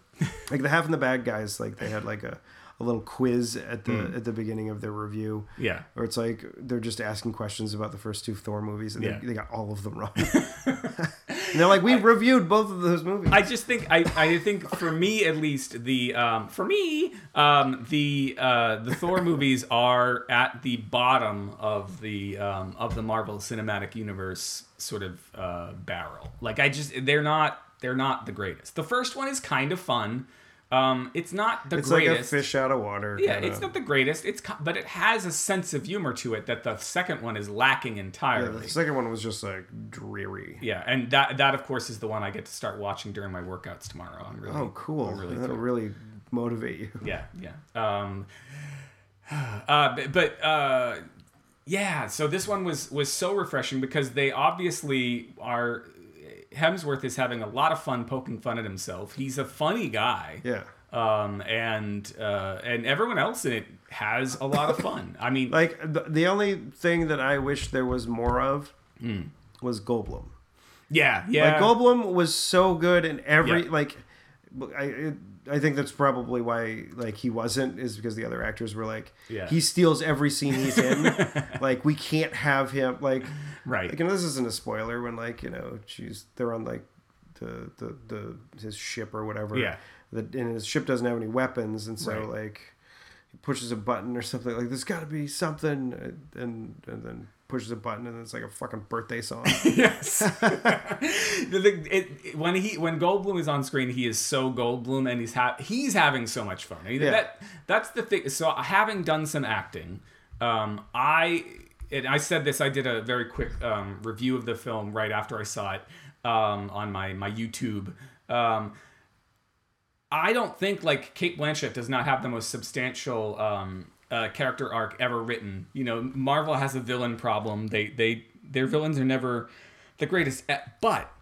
Speaker 2: like the half and the bad guys like they had like a, a little quiz at the
Speaker 1: Hmm.
Speaker 2: at the beginning of their review
Speaker 1: Yeah.
Speaker 2: or it's like they're just asking questions about the first two thor movies and
Speaker 1: Yeah.
Speaker 2: they, they got all of them wrong And they're like, we reviewed both of those movies.
Speaker 1: I just think I, I think for me at least the um, for me um, the uh, the Thor movies are at the bottom of the um, of the Marvel Cinematic Universe sort of uh, barrel. Like I just they're not they're not the greatest. The first one is kind of fun. Um, it's not the
Speaker 2: it's
Speaker 1: greatest.
Speaker 2: like a fish out of water.
Speaker 1: Yeah,
Speaker 2: kinda.
Speaker 1: it's not the greatest. It's co- but it has a sense of humor to it that the second one is lacking entirely.
Speaker 2: The second one was just like dreary.
Speaker 1: Yeah, and that that of course is the one I get to start watching during my workouts tomorrow. I'm really
Speaker 2: Oh, cool.
Speaker 1: I'm really
Speaker 2: That'll
Speaker 1: thrilled.
Speaker 2: really motivate you.
Speaker 1: yeah yeah. Um, uh, but but uh, yeah, so this one was was so refreshing because they obviously are. Hemsworth is having a lot of fun poking fun at himself. He's a funny guy.
Speaker 2: Yeah.
Speaker 1: Um, and uh, and everyone else in it has a lot of fun. I mean,
Speaker 2: Like the, the only thing that I wish there was more of
Speaker 1: Hmm.
Speaker 2: was Goldblum.
Speaker 1: yeah, yeah.
Speaker 2: Like Goldblum was so good in every
Speaker 1: Yeah.
Speaker 2: like. I it, I think that's probably why like he wasn't is because the other actors were like
Speaker 1: Yeah.
Speaker 2: he steals every scene he's in. like we can't have him like
Speaker 1: right.
Speaker 2: like you know this isn't a spoiler when like you know she's they're on like the the, the his ship or whatever
Speaker 1: Yeah.
Speaker 2: the, and his ship doesn't have any weapons and so
Speaker 1: Right.
Speaker 2: like he pushes a button or something like there's got to be something and and then pushes a button and it's like a fucking birthday song
Speaker 1: yes. The- the- it- it- when he when Goldblum is on screen, he is so Goldblum, and he's ha- he's having so much fun. I mean,
Speaker 2: Yeah.
Speaker 1: That that's the thing. So having done some acting, um, I and I said this. I did a very quick um, review of the film right after I saw it um, on my my YouTube. Um, I don't think like Kate Blanchett does not have the most substantial um, uh, character arc ever written. You know, Marvel has a villain problem. They they their villains are never the greatest. At, but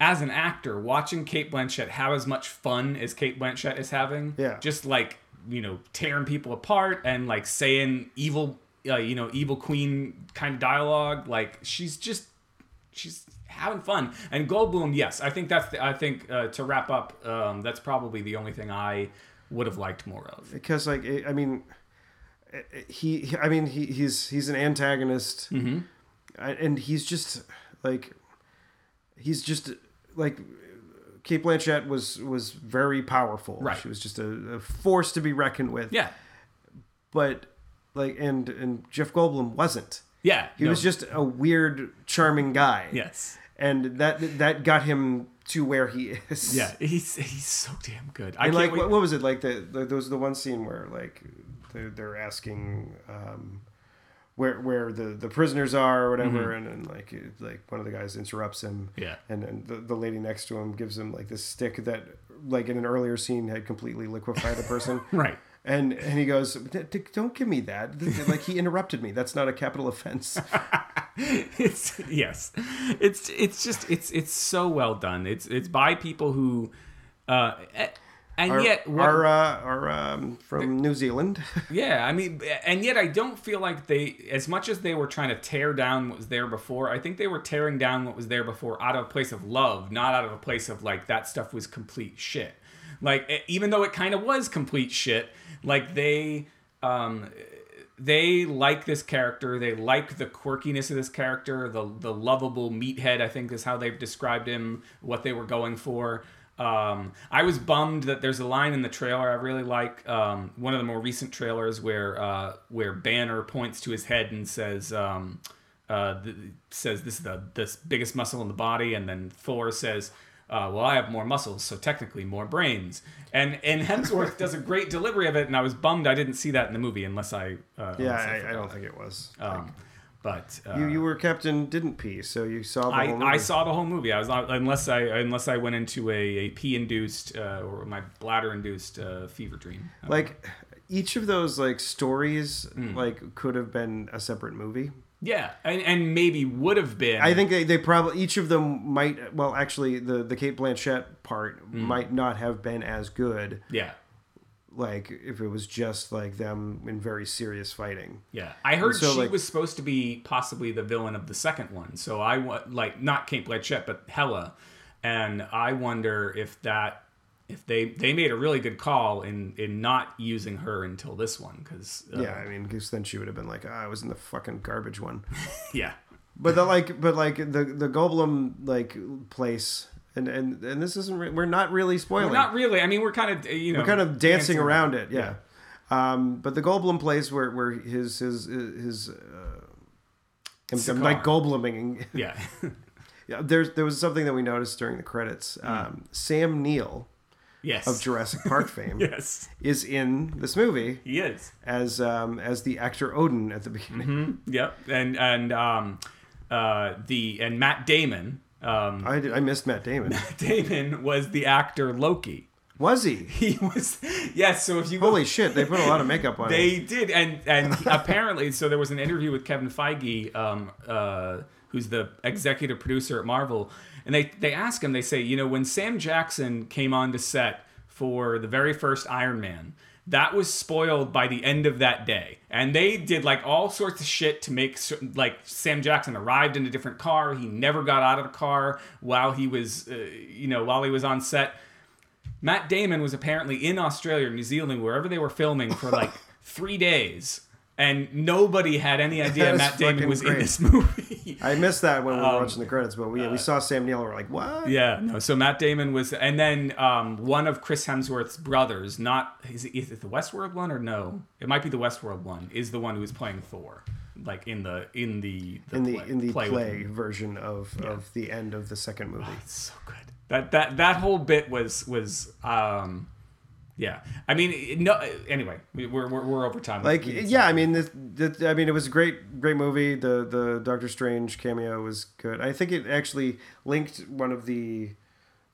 Speaker 1: as an actor, watching Kate Blanchett have as much fun as Kate Blanchett is having,
Speaker 2: Yeah.
Speaker 1: just like you know tearing people apart and like saying evil, uh, you know, evil queen kind of dialogue. Like she's just she's having fun. And Goldblum, yes, I think that's. The, I think uh, to wrap up, um, that's probably the only thing I would have liked more of.
Speaker 2: because like it, I mean it- it- he he- I mean he he's he's an antagonist
Speaker 1: Mm-hmm.
Speaker 2: I- and he's just like he's just like Kate Blanchett was was very powerful
Speaker 1: Right.
Speaker 2: she was just a, a force to be reckoned with
Speaker 1: Yeah,
Speaker 2: but like and and Jeff Goldblum wasn't
Speaker 1: yeah.
Speaker 2: he was just a weird charming guy
Speaker 1: yes.
Speaker 2: and that that got him to where he is
Speaker 1: Yeah, he's he's so damn good. I can't
Speaker 2: and like
Speaker 1: wait.
Speaker 2: what, what was it like the, the there was the one scene where like they're, they're asking um where where the the prisoners are or whatever and then like it- like one of the guys interrupts him
Speaker 1: Mm-hmm. Yeah.
Speaker 2: and then the, the lady next to him gives him like this stick that like in an earlier scene had completely liquefied the person
Speaker 1: right.
Speaker 2: and and he goes "D- d- don't give me that like he interrupted me that's not a capital offense
Speaker 1: it's yes it's it's just it's it's so well done it's it's by people who uh a- and
Speaker 2: our,
Speaker 1: yet what,
Speaker 2: our, uh, our um, from new zealand
Speaker 1: yeah i mean and yet i don't feel like they as much as they were trying to tear down what was there before i think they were tearing down what was there before out of a place of love not out of a place of like that stuff was complete shit like e- even though it kind of was complete shit like they um they like this character. They like the quirkiness of this character, the the lovable meathead. I think is how they've described him. What they were going for. Um, I was bummed that there's a line in the trailer I really like. Um, one of the more recent trailers where uh, where Banner points to his head and says. Um, uh, th- says this is the this biggest muscle in the body, and then Thor says, uh, "Well, I have more muscles, so technically more brains." And and Hemsworth does a great delivery of it, and I was bummed I didn't see that in the movie, unless I uh,
Speaker 2: yeah
Speaker 1: unless
Speaker 2: I, I
Speaker 1: forgot.
Speaker 2: don't think it was
Speaker 1: Um, but uh,
Speaker 2: you, you were captain didn't pee so you saw the whole
Speaker 1: I, I
Speaker 2: movie.
Speaker 1: saw the whole movie. I was not, unless I unless I went into a, a pee induced uh, or my bladder induced uh, fever dream.
Speaker 2: like Hmm. each of those like stories like could have been a separate movie
Speaker 1: yeah, and, and maybe would have been.
Speaker 2: i think they, they probably each of them might well actually the the kate blanchett part might not have been as good
Speaker 1: yeah.
Speaker 2: like if it was just like them in very serious fighting
Speaker 1: Yeah, I heard
Speaker 2: so,
Speaker 1: she
Speaker 2: like-
Speaker 1: was supposed to be possibly the villain of the second one. So I wa- like not Kate Blanchett, but Hella, and I wonder if that if they they made a really good call in in not using her until this one because uh,
Speaker 2: Uh-huh. yeah i mean because then she would have been like ah, i was in the fucking garbage one
Speaker 1: yeah
Speaker 2: But the like, but like the the Goblin like place, and and and this isn't. Re- we're not really spoiling.
Speaker 1: Well, not really. I mean, we're kind of you know
Speaker 2: We're kind of dancing, around it. Yeah. Um, but the Goblin place where where his his his. Uh, I'm, I'm like gobluming.
Speaker 1: Yeah,
Speaker 2: Yeah, There's there was something that we noticed during the credits. Um, Sam Neill
Speaker 1: yes,
Speaker 2: of Jurassic Park fame
Speaker 1: yes,
Speaker 2: is in this movie
Speaker 1: he is.
Speaker 2: as um, as the actor Odin at the beginning.
Speaker 1: Yep, and and um, uh, the and Matt Damon. Um,
Speaker 2: I, did- I missed Matt Damon.
Speaker 1: Damon was the actor Loki.
Speaker 2: Was he?
Speaker 1: He was yes. So if you go
Speaker 2: Holy shit! They put a lot of makeup on him.
Speaker 1: They did, and and apparently, so there was an interview with Kevin Feige, um, uh, who's the executive producer at Marvel, and they they ask him, they say, you know, when Sam Jackson came on to set for the very first Iron Man. That was spoiled by the end of that day, and they did like all sorts of shit to make certain, like Sam Jackson arrived in a different car. He never got out of the car while he was, uh, you know, while he was on set. Matt Damon was apparently in Australia, New Zealand, wherever they were filming for like three days, and nobody had any idea
Speaker 2: That is
Speaker 1: Matt Damon
Speaker 2: fucking
Speaker 1: was in
Speaker 2: great.
Speaker 1: this movie.
Speaker 2: I missed that when we were watching the credits, but we, we saw Sam Neill. and We're like, what?
Speaker 1: yeah, no. So Matt Damon was, and then um, one of Chris Hemsworth's brothers, not is it, is it the Westworld one or no? It might be the Westworld one. Is the one who was playing Thor, like in the in the,
Speaker 2: in the in the play,
Speaker 1: with him.
Speaker 2: version of of the end of the second movie.
Speaker 1: so good. That that that whole bit was was um yeah. I mean it- no anyway, we- we're we're, we're over time.
Speaker 2: Like,
Speaker 1: We-
Speaker 2: yeah, I mean, this, this, I mean, it was a great, great movie. The the Doctor Strange cameo was good. I think it actually linked one of the,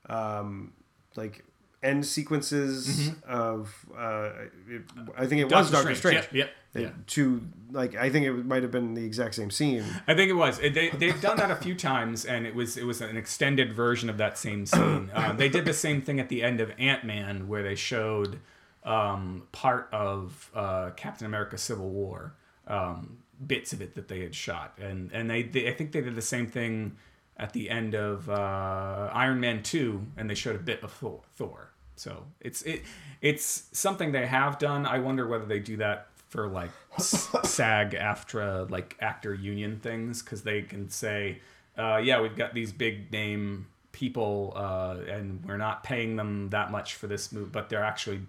Speaker 2: um, like end sequences of. Uh, it, I think it was Doctor Strange.
Speaker 1: Yep, yep.
Speaker 2: It-
Speaker 1: yeah.
Speaker 2: To like, I think it might have been the exact same scene.
Speaker 1: I think it was. It- They, they've done that a few times, and it was it was an extended version of that same scene. Um, they did the same thing at the end of Ant Man, where they showed um, part of uh, Captain America: Civil War, um, bits of it that they had shot, and and they, they I think they did the same thing at the end of uh, Iron Man Two, and they showed a bit of Thor. Thor. So it's it it's something they have done. I wonder whether they do that for like SAG AFTRA like actor union things because they can say, uh, yeah, we've got these big name people uh, and we're not paying them that much for this movie, but they're actually,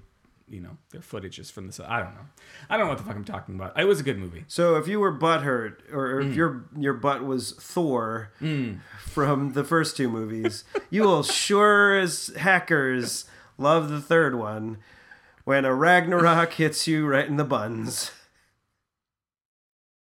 Speaker 1: you know, their footage is from this. I don't know. I don't know what the fuck I'm talking about. It was a good movie.
Speaker 2: So if you were butthurt, or if your your butt was Thor from the first two movies, you will sure as hackers love the third one when a Ragnarok hits you right in the buns.